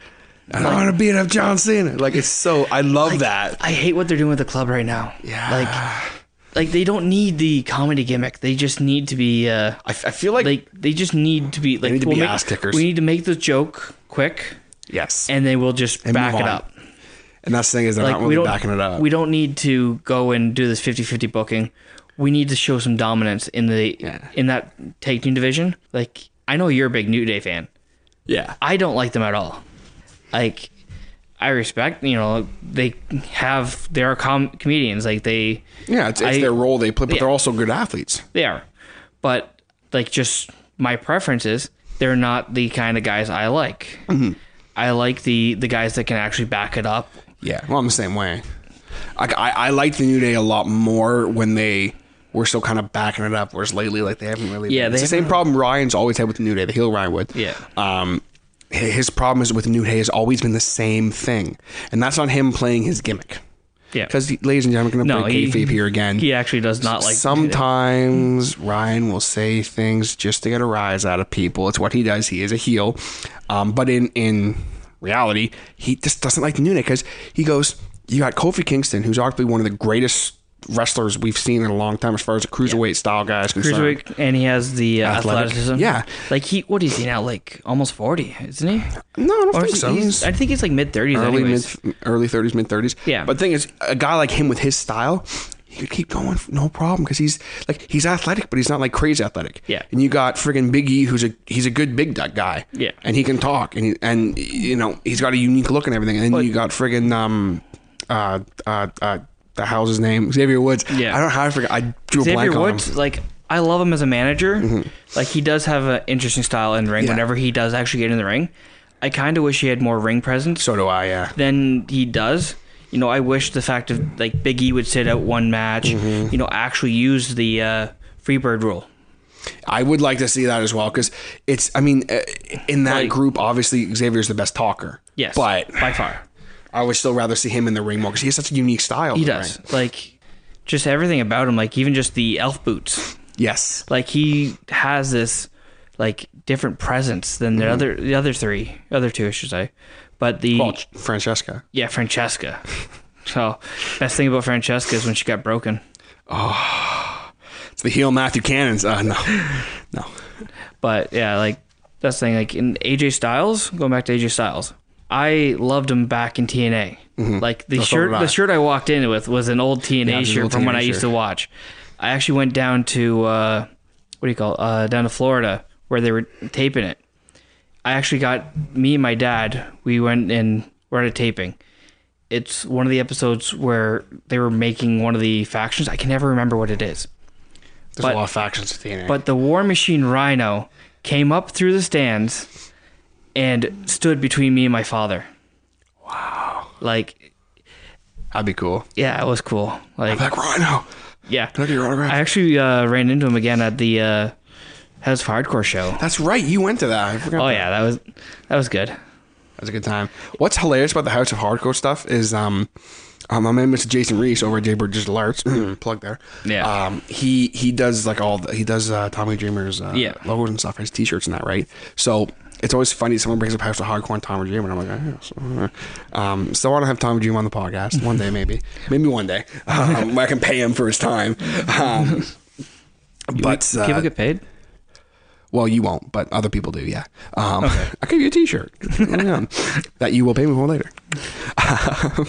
And I want to beat up John Cena. Like it's so I love that. I hate what they're doing with the club right now. Yeah. Like, like they don't need the comedy gimmick. They just need to be. Uh, I, f- I feel like, like they just need to be. Like need to we'll be make- ass kickers. We need to make the joke quick, yes, and, and then we'll just back move it on. up. that's the thing is they're Like not we really don't backing it up. We don't need to go and do this 50-50 booking. We need to show some dominance in the in that tag team division. Like I know you're a big New Day fan. yeah, I don't like them at all. Like I respect. You know, they have they are com- comedians. Like they Yeah, it's, it's I- their role they play, but yeah. they're also good athletes. they are, but like just my preferences, they're not the kind of guys I like. Mm-hmm. I like the the guys that can actually back it up. Yeah. Well, Well, I'm the same way. I, I, I liked the New Day a lot more when they were still kind of backing it up, whereas lately, like, they haven't really. Yeah, been. It's they the same haven't- problem Ryan's always had with the New Day, the heel Ryan would. Yeah. Um, hi- his problem is with the New Day has always been the same thing, and that's on him playing his gimmick. Yeah, Because, ladies and gentlemen, I'm going to no, play he, kayfabe here again. He actually does not like Sometimes Ryan will say things just to get a rise out of people. It's what he does. He is a heel, um, but in in reality, he just doesn't like Nuna because he goes. You got Kofi Kingston, who's arguably one of the greatest wrestlers we've seen in a long time, as far as a cruiserweight style guy is concerned. Cruiserweight, and he has the uh, Athletic. athleticism. Yeah. like he, what is he now? Like almost forty, isn't he? No, I don't Or think is so. he- he's- He's- I think he's like mid thirties. early anyways. mid early 30s mid 30s Yeah. but the thing is a guy like him with his style he could keep going no problem because he's like he's athletic but he's not like crazy athletic Yeah. and you got friggin big e who's a he's a good big duck guy Yeah. and he can talk and he, and you know he's got a unique look and everything and then you got friggin um uh uh uh the how's his name xavier woods Yeah. i don't know how i forgot i drew a Xavier blank Woods, on him Mm-hmm. like I love him as a manager. Like he does have an interesting style in the ring. Yeah. Whenever he does actually get in the ring, I kind of wish he had more ring presence so do i yeah than he does. You know, I wish the fact of like Big E would sit out one match. Mm-hmm. You know, actually use the uh, Freebird rule. I would like to see that as well because it's. I mean, uh, in that Like- group, obviously Xavier's the best talker. Yes, but by far I would still rather see him in the ring more because he has such a unique style. he does. Like just everything about him, like even just the elf boots. Yes. Like he has this like different presence than the other the other three, other two, I should say. But the Well, Francesca. Yeah, Francesca. So, best thing about Francesca is when she got broken. It's the heel Matthew Cannon's. Uh, no. No. But yeah, like that's the thing. Like in AJ Styles, going back to AJ Styles, I loved him back in TNA. Mm-hmm. Like the so shirt, did I. the shirt I walked in with was an old TNA it was an shirt old from when TNA I used shirt. to watch. I actually went down to uh, what do you call it? Uh, down to Florida where they were taping it. I actually got me and my dad. We went and we're at a taping. It's one of the episodes where they were making one of the factions. I can never remember what it is. There's But- a lot of factions at TNA. But the War Machine Rhino came up through the stands and stood between me and my father. Wow. Like, That'd be cool. yeah, it was cool. Like, Like Rhino. yeah. I get your autograph? I actually uh, ran into him again at the uh, House of Hardcore show. That's right. You went to that. I forgot Oh that. yeah, that was that was good. That was a good time. What's hilarious about the House of Hardcore stuff is um, um my man Mr. Jason Reese over at Jay Burgess Larts plug there. Mm-hmm. Yeah. Um, he he does like all the, he does uh, Tommy Dreamer's uh, Yeah. logos and stuff, his T-shirts and that, right? So it's always funny someone brings up House of Hardcore and Tommy Dreamer, and I'm like, oh, so, uh, um, so I want to have Tommy Dreamer on the podcast one day, maybe, maybe one day, um, where I can pay him for his time. Um, but uh, People get paid. well, you won't, but other people do. Yeah. Um, I'll give you a T-shirt Yeah. that you will pay me for later. Um,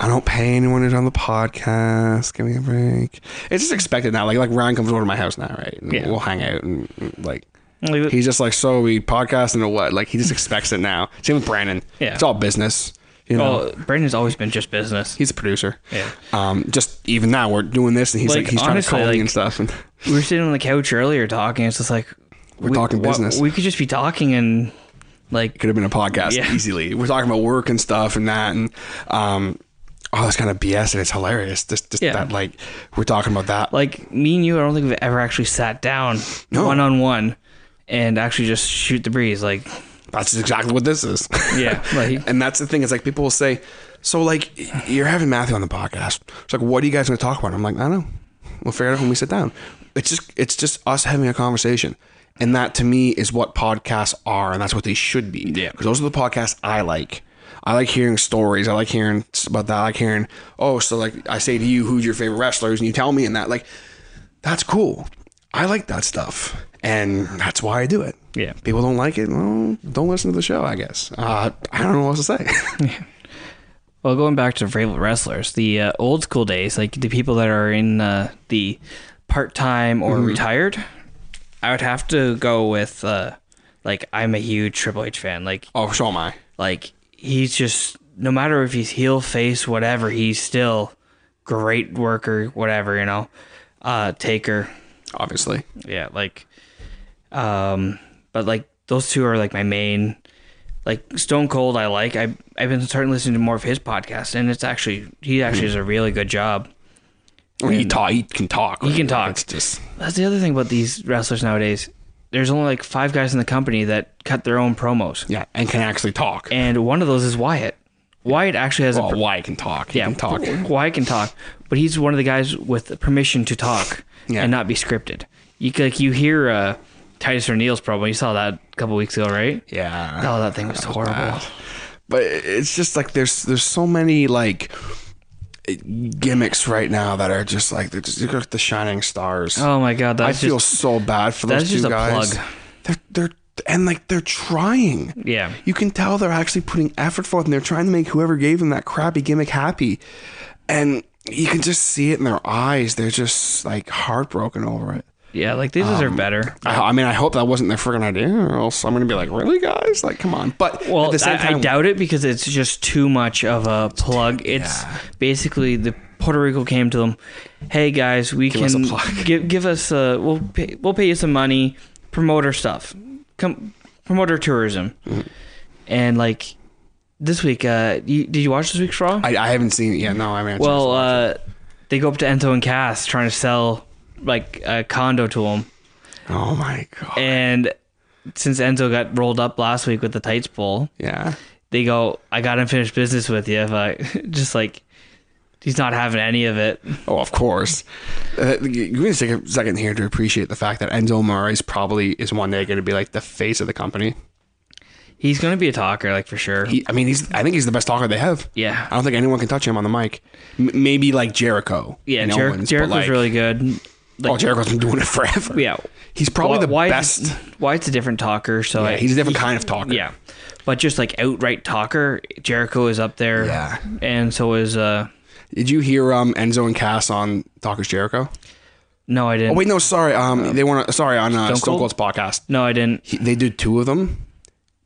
I don't pay anyone who's on the podcast. Give me a break. It's just expected now. Like like Ryan comes over to my house now, right? And Yeah. We'll hang out and and, like. Like, He's just like, so we podcasting or what? Like he just expects it now. Same with Brandon. Yeah. It's all business. You know, well, Oh, Brandon's always been just business. he's a producer. Yeah. Um, just even now we're doing this, and he's like, Like, he's honestly, trying to call like- me and stuff. And We were sitting on the couch earlier talking. It's just like we're talking business. We could just be talking and like could have been a podcast Yeah. easily. We're talking about work and stuff and that and um all this kind of BS and it's hilarious. Just, just Yeah. that like we're talking about that. like me and you, I don't think we've ever actually sat down No. one on one and actually just shoot the breeze. Like, That's exactly what this is. yeah, like and that's the thing, is like people will say, So like you're having Matthew on the podcast. It's like, what are you guys gonna talk about? I'm like, I don't know. We'll figure it out when we sit down. It's just it's just us having a conversation. And that to me is what podcasts are and that's what they should be. Yeah. Because those are the podcasts I like. I like hearing stories. I like hearing about that. I like hearing, oh, so like I say to you, who's your favorite wrestlers? And you tell me and that. Like, that's cool. I like that stuff. And that's why I do it. Yeah. People don't like it. Well, don't listen to the show, I guess. Uh, I don't know what else to say. well, going back to favorite wrestlers, the uh, old school days, like the people that are in uh, the part time or retired, I would have to go with uh, like I'm a huge Triple H fan. Like, oh, so am I. like he's just no matter if he's heel, face, whatever, he's still great worker, whatever, you know. Uh, taker, obviously. yeah, like, um, but like those two are like my main, like Stone Cold. I like. I I've been starting listening to more of his podcast, and it's actually he actually does a really good job. Well, he talk. He can talk. He can talk. It's just That's the other thing about these wrestlers nowadays. There's only like five guys in the company that cut their own promos, yeah, and can actually talk. and one of those is Wyatt. Wyatt actually has a well, pr- why can talk? He yeah, can talk. Wyatt can talk, but he's one of the guys with the permission to talk Yeah. and not be scripted. You c- like you hear uh, Titus O'Neil's promo. You saw that a couple weeks ago, right? Yeah. Oh, that thing was horrible. but it's just like there's there's so many like gimmicks right now that are just like they're just, they're like the shining stars. Oh my god, I that's feel just so bad for those that's two just a guys. plug. They're they're and like they're trying. yeah. You can tell they're actually putting effort forth and they're trying to make whoever gave them that crappy gimmick happy. And you can just see it in their eyes. They're just like heartbroken over it. Yeah, like they Um, deserve better. I, I mean, I hope that wasn't their freaking idea, or else I'm going to be like, really, guys? Like, come on. But Well, at the same I, time, I doubt it because it's just too much of a plug. It's basically the Puerto Rico came to them, "Hey guys, we us a can plug." give give us a we'll pay, we'll pay you some money, promote our stuff, come promote our tourism." Mm. And like this week, uh, you, did you watch this week's Raw? I, I haven't seen it yet. No, I haven't. Well, uh, they go up to Enzo and Cass trying to sell like a condo to them. oh my God. And since Enzo got rolled up last week with the tights pull, yeah. they go, "I got unfinished business with you." If I just like, he's not having any of it. Oh, of course. Uh, give me a second, second here to appreciate the fact that Enzo Morris probably is one day going to be like the face of the company. He's gonna be a talker, like for sure. He, I mean, he's. I think he's the best talker they have. Yeah. I don't think anyone can touch him on the mic. M- maybe like Jericho. yeah, and Jer- Owens, but, Jericho's like- really good. Like, oh, Jericho's been doing it forever. yeah, He's probably the Wyatt's- best. Wyatt's a different talker, so Yeah, I- he's a different kind of talker. yeah, but just like outright talker, Jericho is up there. Yeah. and so is uh. Did you hear um Enzo and Cass on Talkers Jericho? No, I didn't. Oh wait, no, sorry. Um, they were sorry on uh, Stone Stone Cold? Cold's podcast. No, I didn't. He, they did two of them.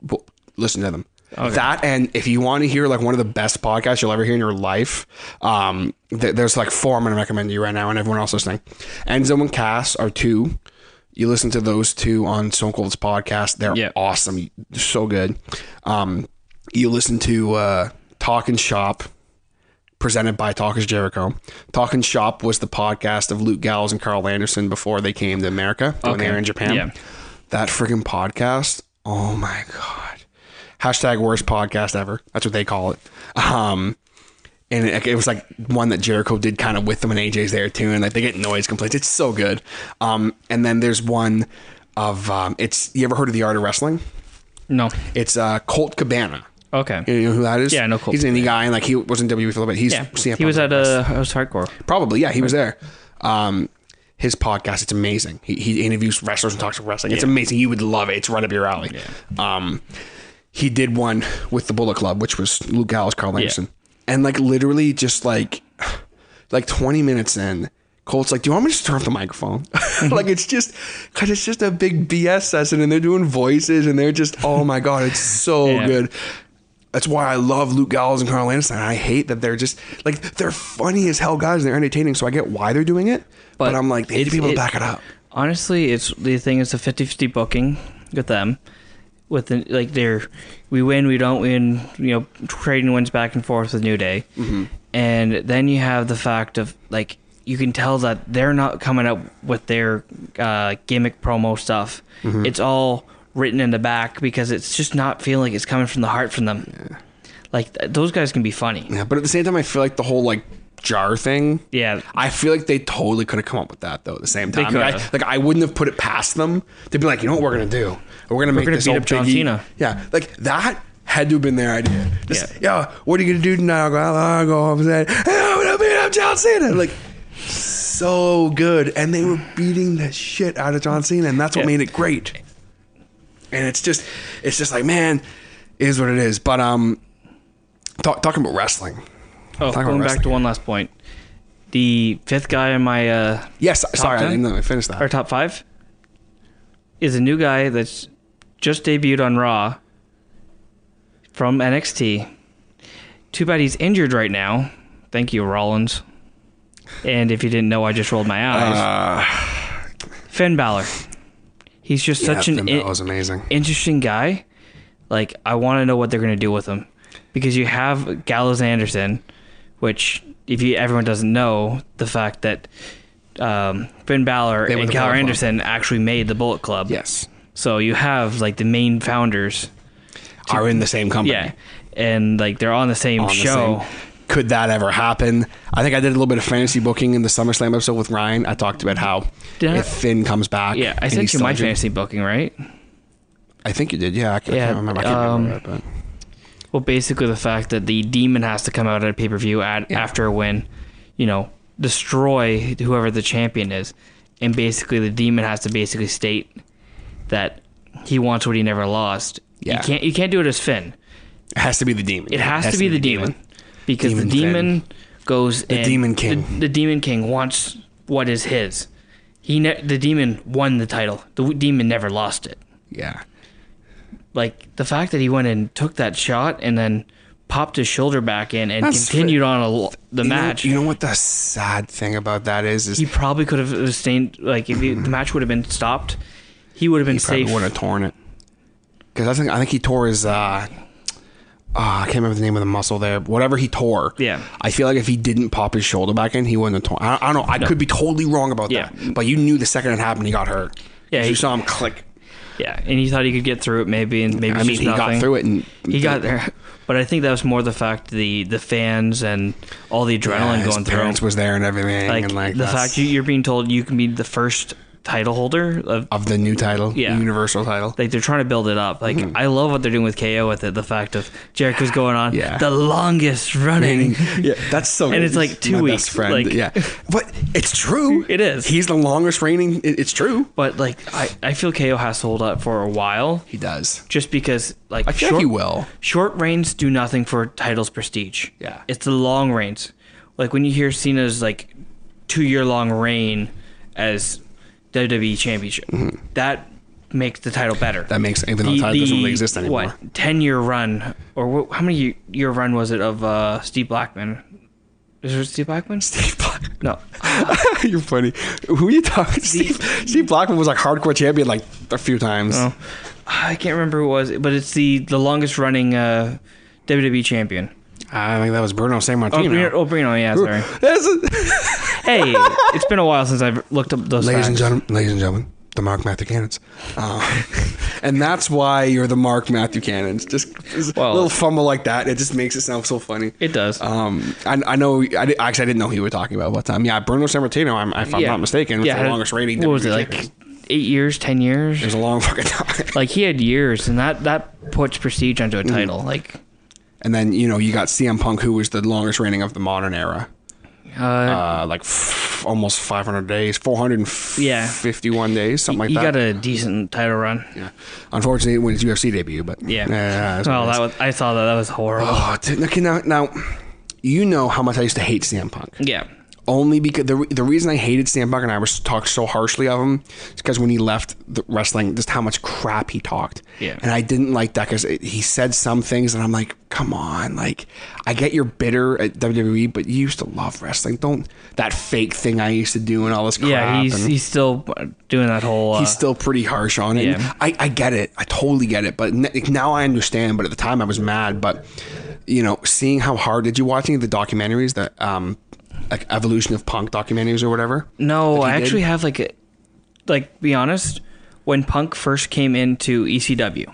Well, listen to them. That and if you want to hear like one of the best podcasts you'll ever hear in your life, um, th- there's like four I'm going to recommend to you right now, and everyone else listening. Enzo and Cass are two. You listen to those two on Stone Cold's podcast. They're Yeah. awesome. They're so good. Um, you listen to uh, Talk and Shop presented by Talkers Jericho. Talking Shop was the podcast of Luke Gallows and Carl Anderson before they came to America when they Okay. were in Japan. Yeah. That freaking podcast. Oh my god. Hashtag worst podcast ever. That's what they call it. Um, and it, it was like one that Jericho did kind of with them, and AJ's there too, and like they get noise complaints. It's so good. Um, and then there's one of um, it's you ever heard of the art of wrestling? No. It's uh, Colt Cabana. Okay. You know who that is? Yeah, I know Colt He's an indie guy, and like he was in WWE for a little bit. He's Yeah, CM he was Punk. at uh, House Hardcore. Probably, yeah, he was there. Um, his podcast, it's amazing. He, he interviews wrestlers and talks about wrestling. It's amazing. You would love it. It's right up your alley. Um, he did one with the Bullet Club, which was Luke Gallows, Carl Anderson, and like literally just like like twenty minutes in. Colt's like, do you want me to just turn off the microphone? like, it's just, cause it's just a big BS session, and they're doing voices, and they're just, oh my god, it's so Yeah. good. That's why I love Luke Gallows and Carl Anderson. I hate that they're just like they're funny as hell guys and they're entertaining. So I get why they're doing it, but, But I'm like they need to it's- be able to it- back it up. Honestly, it's the thing is a 50-50 booking with them. With the, like their, we win, we don't win. You know, trading wins back and forth with New Day, Mm-hmm. and then you have the fact of like you can tell that they're not coming up with their uh, gimmick promo stuff. Mm-hmm. It's all written in the back because it's just not feeling like it's coming from the heart from them. Like th- those guys can be funny. Yeah, but at the same time, I feel like the whole like jar thing. Yeah. I feel like they totally could have come up with that though. At the same time, like I, coulda. like I wouldn't have put it past them to be like, you know what we're gonna do? We're gonna make gonna this beat old up John Big E- Cena. Yeah, like that had to have been their idea. Just, yeah. Yeah. what are you gonna do tonight? I'll go, I'll go home and say, hey, I'm gonna beat up John Cena. Like. So good, and they were beating the shit out of John Cena, and that's what Yeah. made it great. And it's just, it's just like, man, it is what it is. But um, talk, talking about wrestling, Oh, Talk about going back to wrestling. one last point. The fifth guy in my uh, Yes, sorry, I ten? didn't let me finish our that. top five is a new guy that's just debuted on Raw from NXT. Too bad he's injured right now. Thank you, Rollins. And if you didn't know, I just rolled my Uh, eyes. Finn Balor. He's just such yeah, an Finn i- Balor's amazing. interesting guy. Like I want to know what they're gonna do with him, because you have Gallows Anderson, which if you everyone doesn't know the fact that um, Finn Balor were and the Gallows Bullet Club. Anderson actually made the Bullet Club. yes, So you have like the main founders. are in the same company. Yeah. And like they're on the same on the show. same- Could that ever happen? I think I did a little bit of fantasy booking in the SummerSlam episode with Ryan. I talked about how Did I- if Finn comes back, Yeah, I and sent he's you my still- fantasy booking, right? I think you did. Yeah, I, ca- I Yeah, can't remember. I can't remember um, that, but Well, basically the fact that the demon has to come out at a pay per view at after a win, you know, destroy whoever the champion is, and basically the demon has to basically state that he wants what he never lost. Yeah. You can't you can't do it as Finn. it has to be the demon. It has, to, be, the demon, because Demon the demon goes the Demon King. The, the demon king wants what is his. He ne- the demon won the title. The w- demon never lost it. Yeah, Like the fact that he went and took that shot and then popped his shoulder back in and That's continued on a l the You know- match. You know, what the sad thing about that is? Is he probably could have sustained like if he, the match would have been stopped, he would have been he probably safe. would have torn it because I think I think he tore his. Uh, ah, I can't remember the name of the muscle there. Whatever he tore, Yeah. I feel like if he didn't pop his shoulder back in, he wouldn't have torn. I, I don't know. I could be totally wrong about Yeah. that, but you knew the second it happened, he got hurt. Yeah, you he- saw him click. Yeah, and he thought he could get through it maybe, and maybe I it's mean, just he nothing. got through it, and He got there, but I think that was more the fact the the fans and all the adrenaline Yeah, his going through. him. parents was there and everything, Like, and like the that's- fact you, you're being told you can be the first title holder of of the new title, Yeah. universal title. like they're trying to build it up. Like Mm-hmm. I love what they're doing with KO with it. The fact of Jericho's going on Yeah. the longest running. yeah, that's so. And it's like he's two my weeks, Best friend. like- yeah, but it's true. It is. He's the longest reigning. it- It's true. But like I, I feel KO has to hold up for a while, He does. just because like I feel short, like he will. short reigns do nothing for titles prestige. Yeah. It's the long reigns. Like when you hear Cena's like two year long reign as WWE championship, Mm-hmm. that makes the title better. That makes even though the title doesn't really exist anymore. What ten year run or wh- how many year- year run was it of uh, Steve Blackman? Is it Steve Blackman? Steve Black- No, You're funny. Who are you talking? Steve, Steve Blackman was like hardcore champion like a few times. Oh. I can't remember who it was, but it's the the longest running uh, WWE champion. I think that was Bruno San Oh, Bruno, Martino. oh, Bruno, yeah, sorry. hey, it's been a while since I've looked up those. ladies and facts. gentlemen, ladies and gentlemen, the Mark Matthew Cannons, Uh, and that's why you're the Mark Matthew Cannons. Just, just Well- a little fumble like that, it just makes it sound so funny. It does. Um, I, I know. I di- actually I didn't know who you were talking about. What time? Yeah, Bruno Sammartino. I'm, if I'm Yeah. not mistaken, was Yeah, the had- longest rating. What was it WWE like? E champion. Eight years, ten years. It was a long fucking time. like he had years, and that that puts prestige onto a Mm-hmm. title. Like And then you know you got CM Punk, who was the longest reigning of the modern era, uh, uh, like f- almost 500 days, 451 days, something like he that. got a decent title run. yeah. Unfortunately, when his UFC debut, but Yeah. yeah, oh, that was I saw that. That was horrible. Oh, dude, okay, now, now, you know how much I used to hate CM Punk. Yeah. Only because the, re- the reason I hated CM Punk and I was talked so harshly of him is because when he left the wrestling, just how much crap he talked. Yeah. And I didn't like that because he said some things and I'm like, come on. Like, I get you're bitter at WWE, but you used to love wrestling. Don't that fake thing I used to do and all this crap. Yeah, he's and- he's still doing that whole. Uh, he's still pretty harsh on it. Yeah. I, I get it. I totally get it. But n- now I understand. But at the time, I was mad. But you know, seeing how hard did you watch any of the documentaries that um like evolution of punk documentaries or whatever? no, that he I did? actually have like, a, like be honest, when Punk first came into ECW,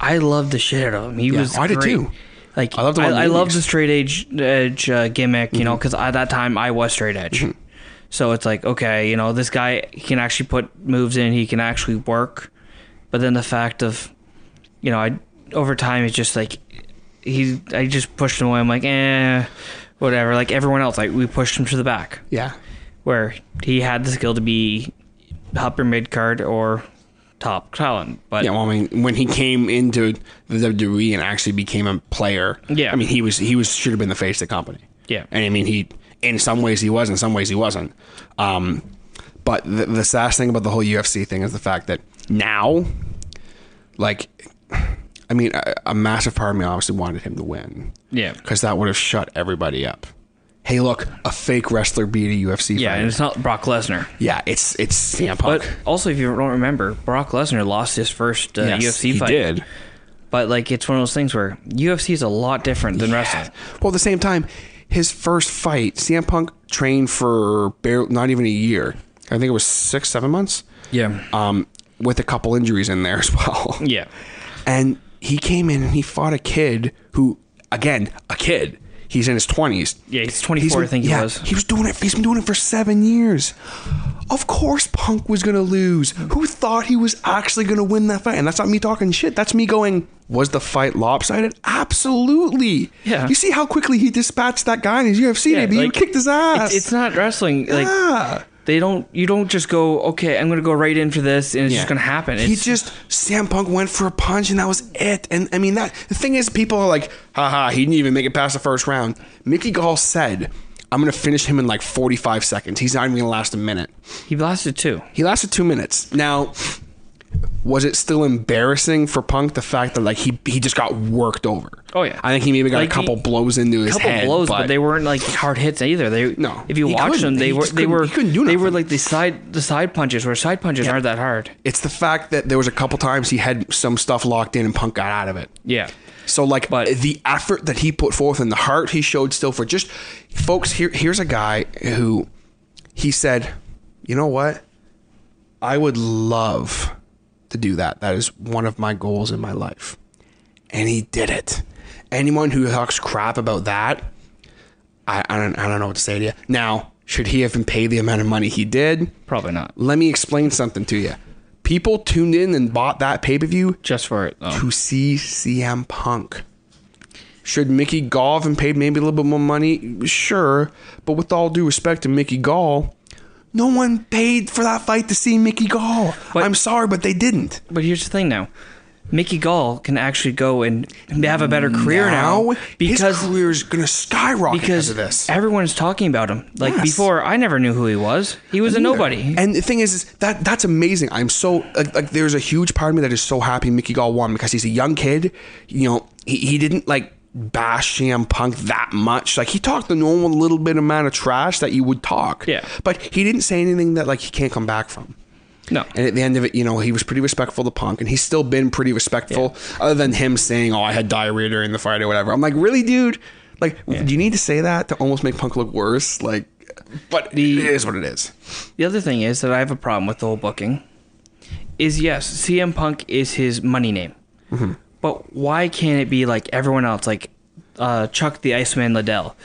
I loved the shit out of him. He was Mm-hmm. Oh, I did great. too. Like I I loved loved, him on Mm-hmm. I, the loved indies. the straight edge edge uh, gimmick, you know, because at that time I was straight edge. Mm-hmm. So it's like okay, you know, this guy he can actually put moves in. He can actually work. But then the fact of, you know, I over time it's just like he I just pushed him away. I'm like eh, whatever. Like everyone else, like we pushed him to the back Yeah. where he had the skill to be upper mid card or top talent. But Yeah, well, I mean, when he came into the WWE and actually became a player, Yeah. I mean, he was he was should have been the face of the company. Yeah. and I mean, he in some ways he was, in some ways he wasn't. Um, but the, the saddest thing about the whole UFC thing is the fact that now, like, I mean, a, a massive part of me obviously wanted him to win, Yeah. because that would have shut everybody up. Hey, look, a fake wrestler beat a UFC Yeah, fighter. and it's not Brock Lesnar. yeah, it's it's CM Punk. But also, if you don't remember, Brock Lesnar lost his first uh, Yes, UFC he fight. did. But like, it's one of those things where UFC is a lot different than wrestling. Well, at the same time, his first fight, CM Punk trained for bare, not even a year. I think it was six, seven months. Yeah. Um, with a couple injuries in there as well. Yeah. And he came in and he fought a kid who, again, a kid. He's in his twenties. Yeah, he's 24, I think he was. He was doing it. He's been doing it for seven years. Of course, Punk was gonna lose. Who thought he was actually gonna win that fight? And that's not me talking shit. That's me going. Was the fight lopsided? Absolutely. Yeah. You see how quickly he dispatched that guy in his UFC Yeah, debut. like, he kicked his ass. It's, it's not wrestling. Like Yeah. they don't. You don't just go. Okay, I'm gonna go right in for this, and it's just gonna happen. It's, He just Sam Punk went for a punch and that was it. And I mean that the thing is people are like, haha, he didn't even make it past the first round. Mickey Gall said, I'm gonna finish him in like 45 seconds. He's not even gonna last a minute. he blasted two. He lasted two minutes. Now, was it still embarrassing for Punk the fact that like he he just got worked over? Oh, yeah. I think he maybe got Like, a couple he- blows into his couple head. blows, but, they weren't like hard hits either. They No, If you he watch couldn't. them, they He were just they couldn't- were he couldn't do they were nothing. like the side the side punches where side punches aren't that hard. it's the fact that there was a couple times he had some stuff locked in and Punk got out of it. Yeah. So like But- the effort that he put forth and the heart he showed still for just folks here here's a guy who he said, "You know what? I would love to do that. That is one of my goals in my life." And he did it. Anyone who talks crap about that, I, I don't I don't know what to say to you. Now, should he have been paid the amount of money he did? Probably not. Let me explain something to you. People tuned in and bought that pay-per-view Just for it. though. to see CM Punk. Should Mickey Gall have paid maybe a little bit more money? Sure, but with all due respect to Mickey Gall, no one paid for that fight to see Mickey Gall. But- I'm sorry, but they didn't. But here's the thing now. Mickey Gall can actually go and have a better career now, his because career's gonna skyrocket because because of this. everyone's talking about him. Like Yes. before, I never knew who he was. He was a nobody. And the thing is, is that that's amazing. I'm so like, like there's a huge part of me that is so happy Mickey Gall won because he's a young kid. You know, he, he didn't like bash CM Punk that much. Like he talked the normal little bit amount of trash that you would talk. Yeah. But he didn't say anything that like he can't come back from. no, And at the end of it, you know, he was pretty respectful to Punk, and he's still been pretty respectful, other than him saying, "Oh, I had diarrhea during the fight or whatever." I'm like, really, dude? Like, do you need to say that to almost make Punk look worse? Like, but The- it is what it is. The other thing is that I have a problem with the whole booking. Is yes, CM Punk is his money name, Mm-hmm. but why can't it be like everyone else, like uh, Chuck the Iceman Liddell?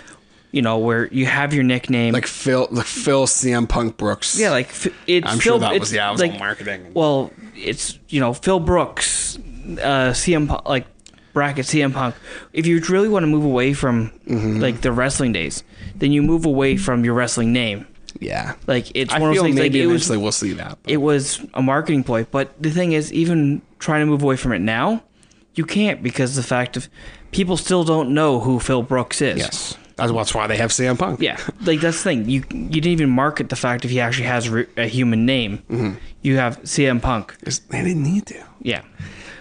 You know, where you have your nickname, like Phil, like Phil CM Punk Brooks. yeah, like f- it's I'm Phil, sure that it's was yeah, it was like, all marketing. Well, it's you know Phil Brooks, uh, CM Punk, like bracket CM Punk. If you really want to move away from Mm-hmm. like the wrestling days, then you move away from your wrestling name. yeah, Like it's I one of feel those things. maybe like, it was eventually we'll see that. but- it was a marketing ploy. But the thing is, even trying to move away from it now, you can't because the fact of people still don't know who Phil Brooks is. yes, that's that's why they have CM Punk. Yeah, like that's the thing. You you didn't even market the fact if he actually has re- a human name. Mm-hmm. You have CM Punk. 'Cause they didn't need to. Yeah,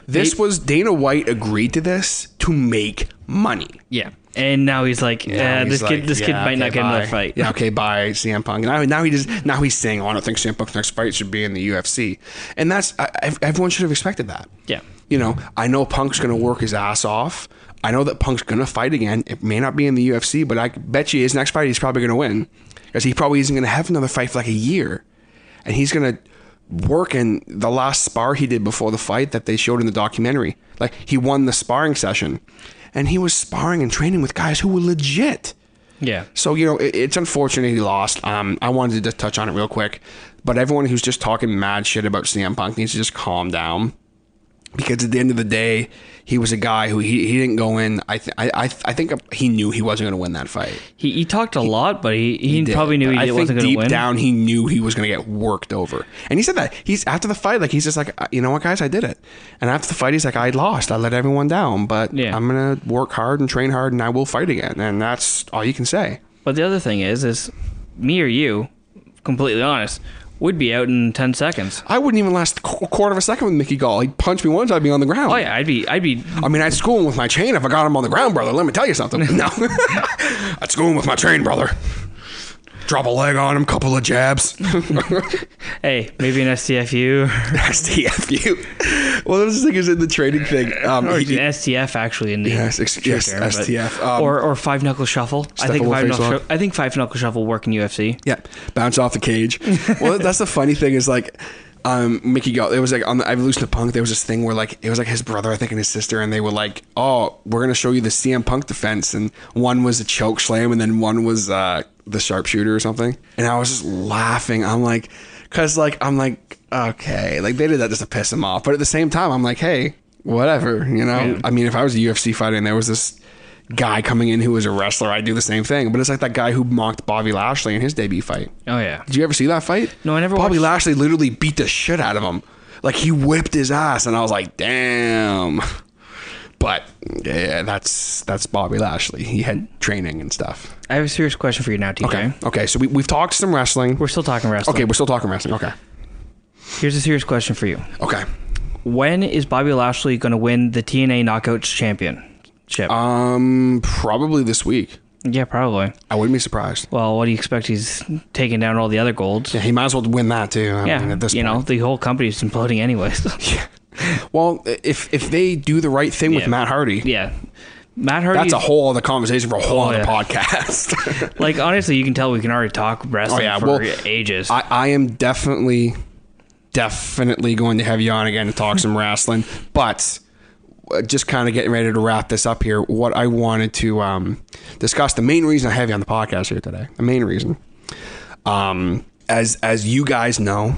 This was Dana White agreed to this to make money. yeah. And now he's like, uh, He's this kid, like, this kid "Yeah, might not okay, get another bye. fight. Yeah, okay, bye, CM Punk. And now, now he just now he's saying, oh, I don't think CM Punk's next fight should be in the UFC, and that's I, I- everyone should have expected that. Yeah. you know, I know Punk's going to work his ass off. I know that Punk's going to fight again. It may not be in the UFC, but I bet you his next fight he's probably going to win because he probably isn't going to have another fight for like a year, and he's going to work in the last spar he did before the fight that they showed in the documentary. Like he won the sparring session, and he was sparring and training with guys who were legit. yeah. So you know it, it's unfortunate he lost. Um, I wanted to just touch on it real quick, but everyone who's just talking mad shit about CM Punk needs to just calm down, because at the end of the day, he was a guy who he, he didn't go in. I th- I I, th- I think he knew he wasn't going to win that fight. He he talked a lot, but he he, did, probably knew but he I wasn't think going to deep win. down he knew he was going to get worked over, and he said that he's after the fight like he's just like "Uh, you know what guys I did it, and after the fight he's like I lost I let everyone down, but Yeah. I'm going to work hard and train hard and I will fight again, and that's all you can say. But the other thing is, is me or you, completely honest, we'd be out in ten seconds. I wouldn't even last a qu- quarter of a second with Mickey Gall. He'd punch me once, I'd be on the ground. Oh yeah, I'd be I'd be I mean, I'd school him with my chain if I got him on the ground, brother. Let me tell you something. No. I'd school him with my chain, brother. Drop a leg on him, couple of jabs. hey maybe an STFU STFU. Well, this thing is in the trading thing. Um, or an he- STF actually in the Yes, ex- true yes, but- STF, um, or or five knuckle shuffle. I think Steppenwolf five knuckle face-lock. shuffle, I think five knuckle shuffle work in UFC. Yeah, bounce off the cage. Well, that's the funny thing is like, um, Mickey Gall. It was like on the Evolution of Punk. There was this thing where like it was like his brother, I think, and his sister, and they were like, "Oh, we're gonna show you the CM Punk defense," and one was a choke slam, and then one was uh, the sharpshooter or something. And I was just laughing. I'm like, because like I'm like, okay, like they did that just to piss him off, but at the same time, I'm like, hey, whatever, you know. I mean, if I was a UFC fighter and there was this guy coming in who was a wrestler, I'd do the same thing. But it's like that guy who mocked Bobby Lashley in his debut fight. Oh yeah, Did you ever see that fight? No, I never Bobby watched- Lashley literally beat the shit out of him. Like he whipped his ass, and I was like, damn. But yeah, that's that's Bobby Lashley. He had training and stuff. I have a serious question for you now, TJ. Okay. Okay. So we, we've talked some wrestling. We're still talking wrestling. okay, we're still talking wrestling. Okay. Here's a serious question for you. Okay. When is Bobby Lashley going to win the TNA Knockouts Championship? Um, probably this week. yeah, probably. I wouldn't be surprised. Well, what do you expect? He's taking down all the other golds. Yeah, he might as well win that too. I Yeah, mean, at this you point. know the whole company's imploding anyways. Well, if if they do the right thing with Yeah. Matt Hardy, yeah, Matt Hardy. that's a whole other conversation for a whole other yeah. podcast. Like honestly, you can tell we can already talk wrestling Oh, yeah, for well, ages. I, I am definitely, definitely going to have you on again to talk some wrestling. But uh, just kind of getting ready to wrap this up here. What I wanted to um, discuss the main reason I have you on the podcast here today. The main reason, um, as as you guys know,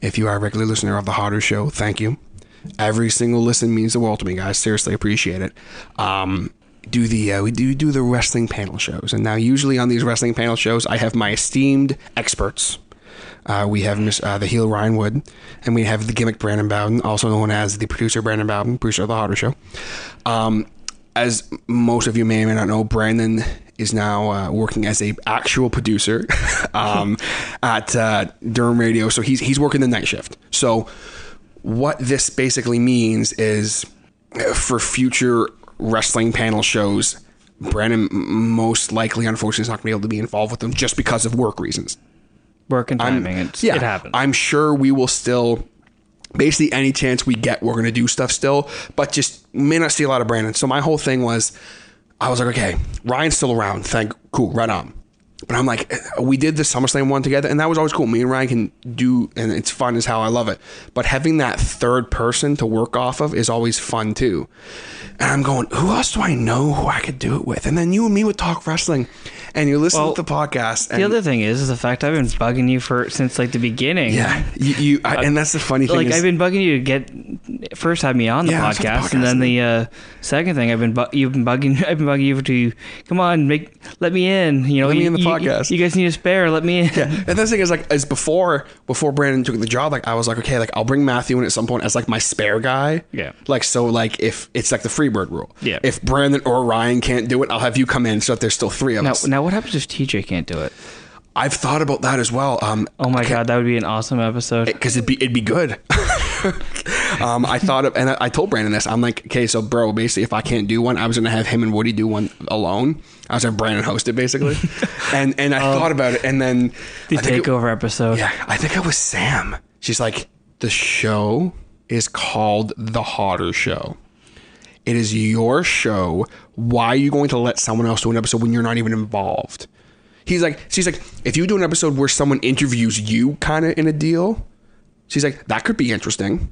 if you are a regular listener of the Hotter Show, thank you. Every single listen means the world to me, guys. Seriously, appreciate it. Um, do the uh, we do do the wrestling panel shows, and now usually on these wrestling panel shows, I have my esteemed experts. Uh, we have Miss, uh, the heel Ryan Wood, and we have the gimmick Brandon Bowden, also known as the producer Brandon Bowden, producer of the Hotter Show. Um, as most of you may or may not know, Brandon is now uh, working as a actual producer um, at uh, Durham Radio. So he's he's working the night shift. So what this basically means is uh, for future wrestling panel shows, Brandon m- most likely, unfortunately, is not going to be able to be involved with them just because of work reasons. Work and timing. It's, Yeah, it happens. I'm sure we will still. Basically, any chance we get, we're going to do stuff still, but just may not see a lot of Brandon. So my whole thing was, I was like, okay, Ryan's still around. Thank, cool, right on. But I'm like, eh, we did the SummerSlam one together, and that was always cool. Me and Ryan can do, and it's fun as hell. I love it. But having that third person to work off of is always fun too. And I'm going, who else do I know who I could do it with? And then you and me would talk wrestling, and you listen Well, to the podcast. And the other thing is, is the fact I've been bugging you for since like the beginning. yeah, you, you I, and that's the funny thing. like is, I've been bugging you to get first have me on the Yeah, I was on the podcast, and podcast. then the uh, second thing I've been bu- you've been bugging I've been bugging you to come on make let me in you know Let me you- in the you- podcast. you, guys need a spare let me in yeah, And the thing is, like, as before, before Brandon took the job, like, I was like, okay, like, I'll bring Matthew in at some point as like my spare guy. Yeah. Like, so, like, if it's like the Freebird rule. Yeah. If Brandon or Ryan can't do it, I'll have you come in so that there's still three of now us. now what happens if TJ can't do it I've thought about that as well. Um, oh my god that would be an awesome episode because it'd be it'd be good. um, I thought of, and I, I told Brandon this. I'm like, okay, so bro, basically, if I can't do one, I was gonna have him and Woody do one alone. I was gonna have Brandon host it basically, and and I thought about it, and then Um, the I think it- takeover episode Yeah, I think it was Sam. She's like, the show is called The Hotter Show. It is your show. Why are you going to let someone else do an episode when you're not even involved? He's like, she's like, if you do an episode where someone interviews you, kind of in a deal, she's like, that could be interesting.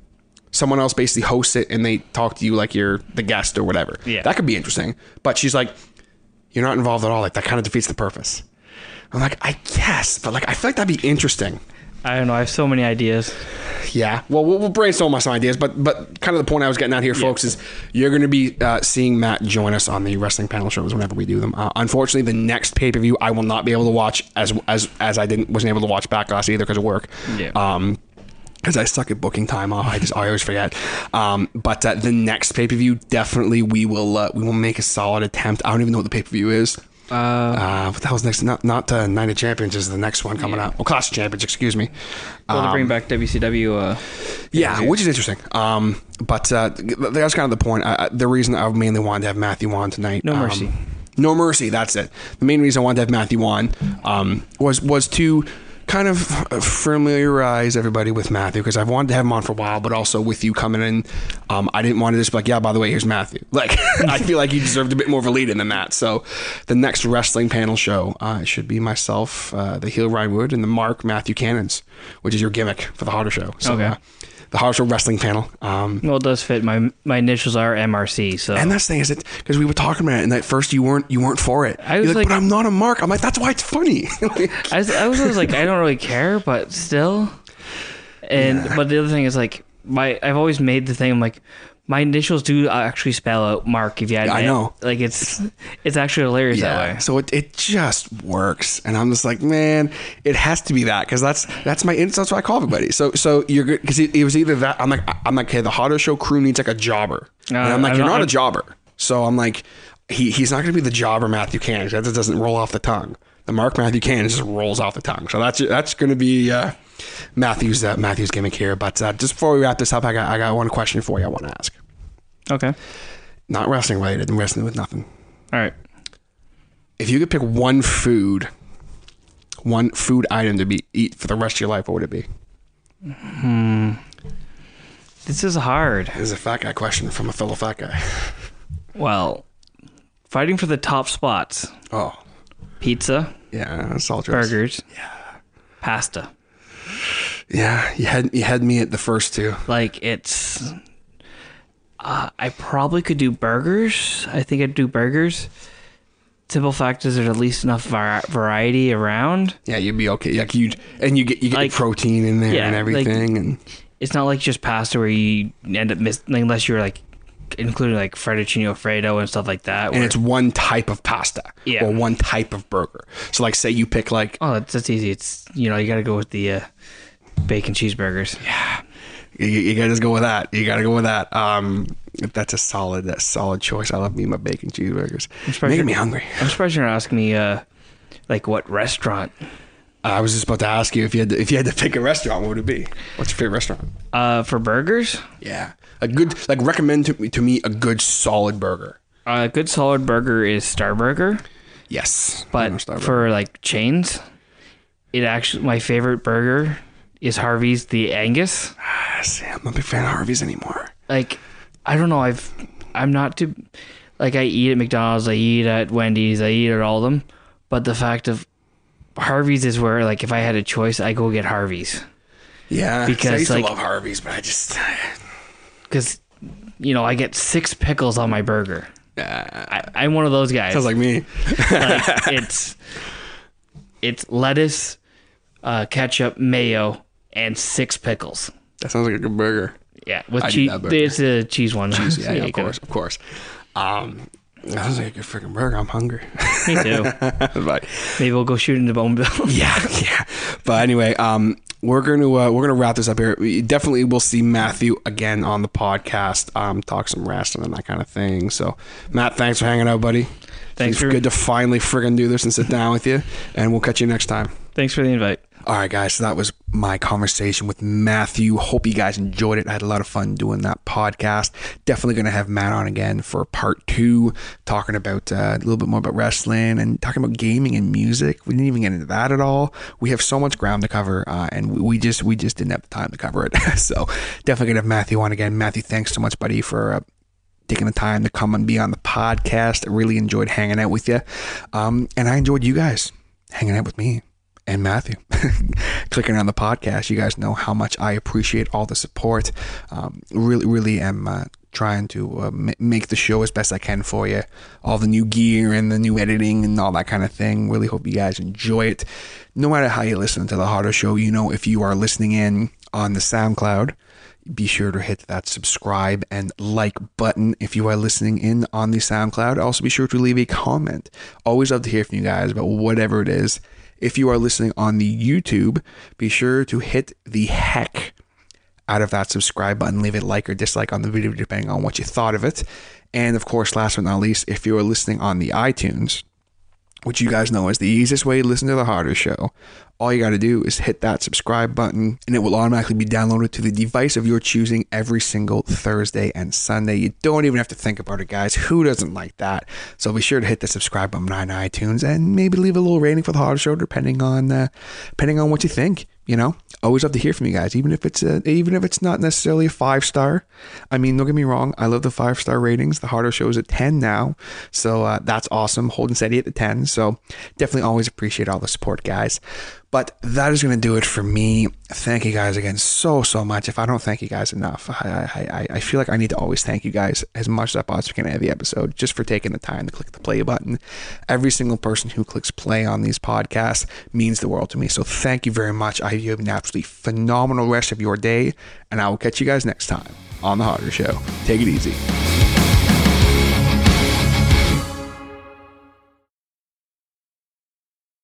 Someone else basically hosts it and they talk to you like you're the guest or whatever. Yeah. That could be interesting. But she's like, you're not involved at all. Like, that kind of defeats the purpose. I'm like, I guess, but like, I feel like that'd be interesting. I don't know I have so many ideas Yeah. Well, we'll, we'll brainstorm on some ideas, but but kind of the point I was getting out here, folks, is you're going to be uh, seeing Matt join us on the wrestling panel shows whenever we do them. Uh, unfortunately, the next pay per view I will not be able to watch as as as I didn't wasn't able to watch Backlash either because of work. Yeah. Um, because I suck at booking time off, I just I always forget. Um, but uh, the next pay per view, definitely we will uh, we will make a solid attempt. I don't even know what the pay per view is. Uh, Uh, what the hell's next? Not not uh, Night of Champions is the next one coming Yeah. up. Well, Clash of Champions, excuse me. well, to Um, bring back WCW. Uh, Yeah, interview. which is interesting. Um, but uh, that's kind of the point. I, I- the reason I mainly wanted to have Matthew on tonight. No um, Mercy. No mercy. That's it. The main reason I wanted to have Matthew on um, was was to kind of familiarize everybody with Matthew because I've wanted to have him on for a while, but also with you coming in, um, I didn't want to just be like, yeah, by the way, here's Matthew. Like, I feel like you deserved a bit more of a lead in than that. So, the next wrestling panel show uh, it should be myself, uh, the heel Ryan Wood, and the Mark Matthew Cannons, which is your gimmick for the harder show. So, Okay. uh, the harder show wrestling panel. Um, well, it does fit. My my initials are MRC. So and that's the thing is it because we were talking about it, and at first you weren't you weren't for it. I You're was like- but I'm not a mark. I'm like, that's why it's funny. Like, I was, I was always like, I don't really care, but still. And but the other thing is like my I've always made the thing. I'm like my initials do actually spell out Mark. If you add I it. know. like it's it's actually hilarious that way. So it, it just works, and I'm just like, man, it has to be that because that's that's my ins- that's what I call everybody. So so you're good because it, it was either that I'm like I'm like, hey, the Hotter Show crew needs like a jobber, and I'm like, I'm you're not- not, a I'm- jobber. So I'm like, he he's not going to be the jobber Matthew Cannon. 'cause That just doesn't roll off the tongue. The Mark Matthew Cannon just rolls off the tongue. So that's that's going to be. Uh, Matthew's uh, Matthew's gimmick here, but uh, just before we wrap this up, I got I got one question for you. I want to ask, Okay, all not wrestling related, and wrestling with nothing right. if you could pick one food, one food item to be eat for the rest of your life, what would it be? This is hard. This is a fat guy question from a fellow fat guy. Well, fighting for the top spots: Oh, pizza, yeah, salt dress. burgers, pasta. Yeah, you had you had me at the first two. Like it's. Uh, I probably could do burgers. I think I'd do burgers. Simple fact is, there's at least enough var- variety around. Yeah, you'd be okay. Like you and you get you get Like- protein in there yeah, and like- everything, and It's not like just pasta where you end up missing, unless you're like including like fettuccine alfredo and stuff like that. and where- it's one type of pasta Yeah. or one type of burger. So like, say you pick like oh, that's, that's easy. It's you know you got to go with the uh, bacon cheeseburgers. you, you gotta just go with that. You gotta go with that. Um, that's a solid that's solid choice. I love me my bacon cheeseburgers. surprised Making you're- me hungry. I'm surprised you're not asking me uh, like what restaurant. Uh, I was just about to ask you if you had to, if you had to pick a restaurant, what would it be? What's your favorite restaurant? Uh, for burgers, Yeah, a good like recommend to me, to me a good solid burger. a good solid burger is Star Burger, Yes, I know but Starbucks. for like chains, it actually my favorite burger is Harvey's the Angus. Ah, see, I'm a big fan of Harvey's anymore. Like I don't know, I've I'm not too like I eat at McDonald's, I eat at Wendy's, I eat at all of them, but the fact of Harvey's is where like if I had a choice, I go get Harvey's Yeah, because I Because, used like- to love Harvey's, but I just because you know I get six pickles on my burger. I, I'm one of those guys. sounds like me. like it's it's lettuce, uh, ketchup, mayo, and six pickles. That sounds like a good burger. Yeah, with I do cheese. that burger. It's a cheese one. Cheese, Yeah, yeah, of course, of course. Um, that sounds like a good freaking burger. I'm hungry. Me too. but Maybe we'll go shoot into Boneville. yeah, yeah. But anyway, um, we're gonna uh, we're gonna wrap this up here. We definitely, we'll see Matthew again on the podcast. Um, talk some wrestling and that kind of thing. So, Matt, thanks for hanging out, buddy. Thanks it's for- good to finally friggin' do this and sit down with you. And we'll catch you next time. Thanks for the invite. All right, guys. So that was my conversation with Matthew. Hope you guys enjoyed it. I had a lot of fun doing that podcast. Definitely going to have Matt on again for part two, talking about uh, a little bit more about wrestling and talking about gaming and music. We didn't even get into that at all. We have so much ground to cover, uh, and we- we just we just didn't have the time to cover it. so definitely going to have Matthew on again. Matthew, thanks so much, buddy, for. Uh, taking the time to come and be on the podcast. I really enjoyed hanging out with you. Um, and I enjoyed you guys hanging out with me and Matthew clicking on the podcast. You guys know how much I appreciate all the support. Um, really, really am. Uh, Trying to uh, ma- make the show as best I can for you. All the new gear and the new editing and all that kind of thing. Really hope you guys enjoy it. No matter how you listen to The Harder Show, you know, if you are listening in on the SoundCloud, be sure to hit that subscribe and like button if you are listening in on the SoundCloud. Also, be sure to leave a comment. Always love to hear from you guys about whatever it is. If you are listening on the YouTube, be sure to hit the heck out of that subscribe button. Leave a like or dislike on the video, depending on what you thought of it. And of course, last but not least, if you are listening on the iTunes, which you guys know is the easiest way to listen to the harder show. All you got to do is hit that subscribe button, and it will automatically be downloaded to the device of your choosing every single Thursday and Sunday. You don't even have to think about it, guys. Who doesn't like that? So be sure to hit the subscribe button on iTunes and maybe leave a little rating for the harder show, depending on uh, depending on what you think. You know, always love to hear from you guys, even if it's a, even if it's not necessarily a five star. I mean, don't get me wrong, I love the five star ratings. The harder show is at ten now, so uh, that's awesome. Holden Steady at the ten, so definitely always appreciate all the support, guys. But that is going to do it for me. Thank you guys again so so much. If I don't thank you guys enough, I I, I I feel like I need to always thank you guys as much as I possibly can at the episode, just for taking the time to click the play button. Every single person who clicks play on these podcasts means the world to me. So thank you very much. I hope you have an absolutely phenomenal rest of your day, and I will catch you guys next time on the Harder Show. Take it easy.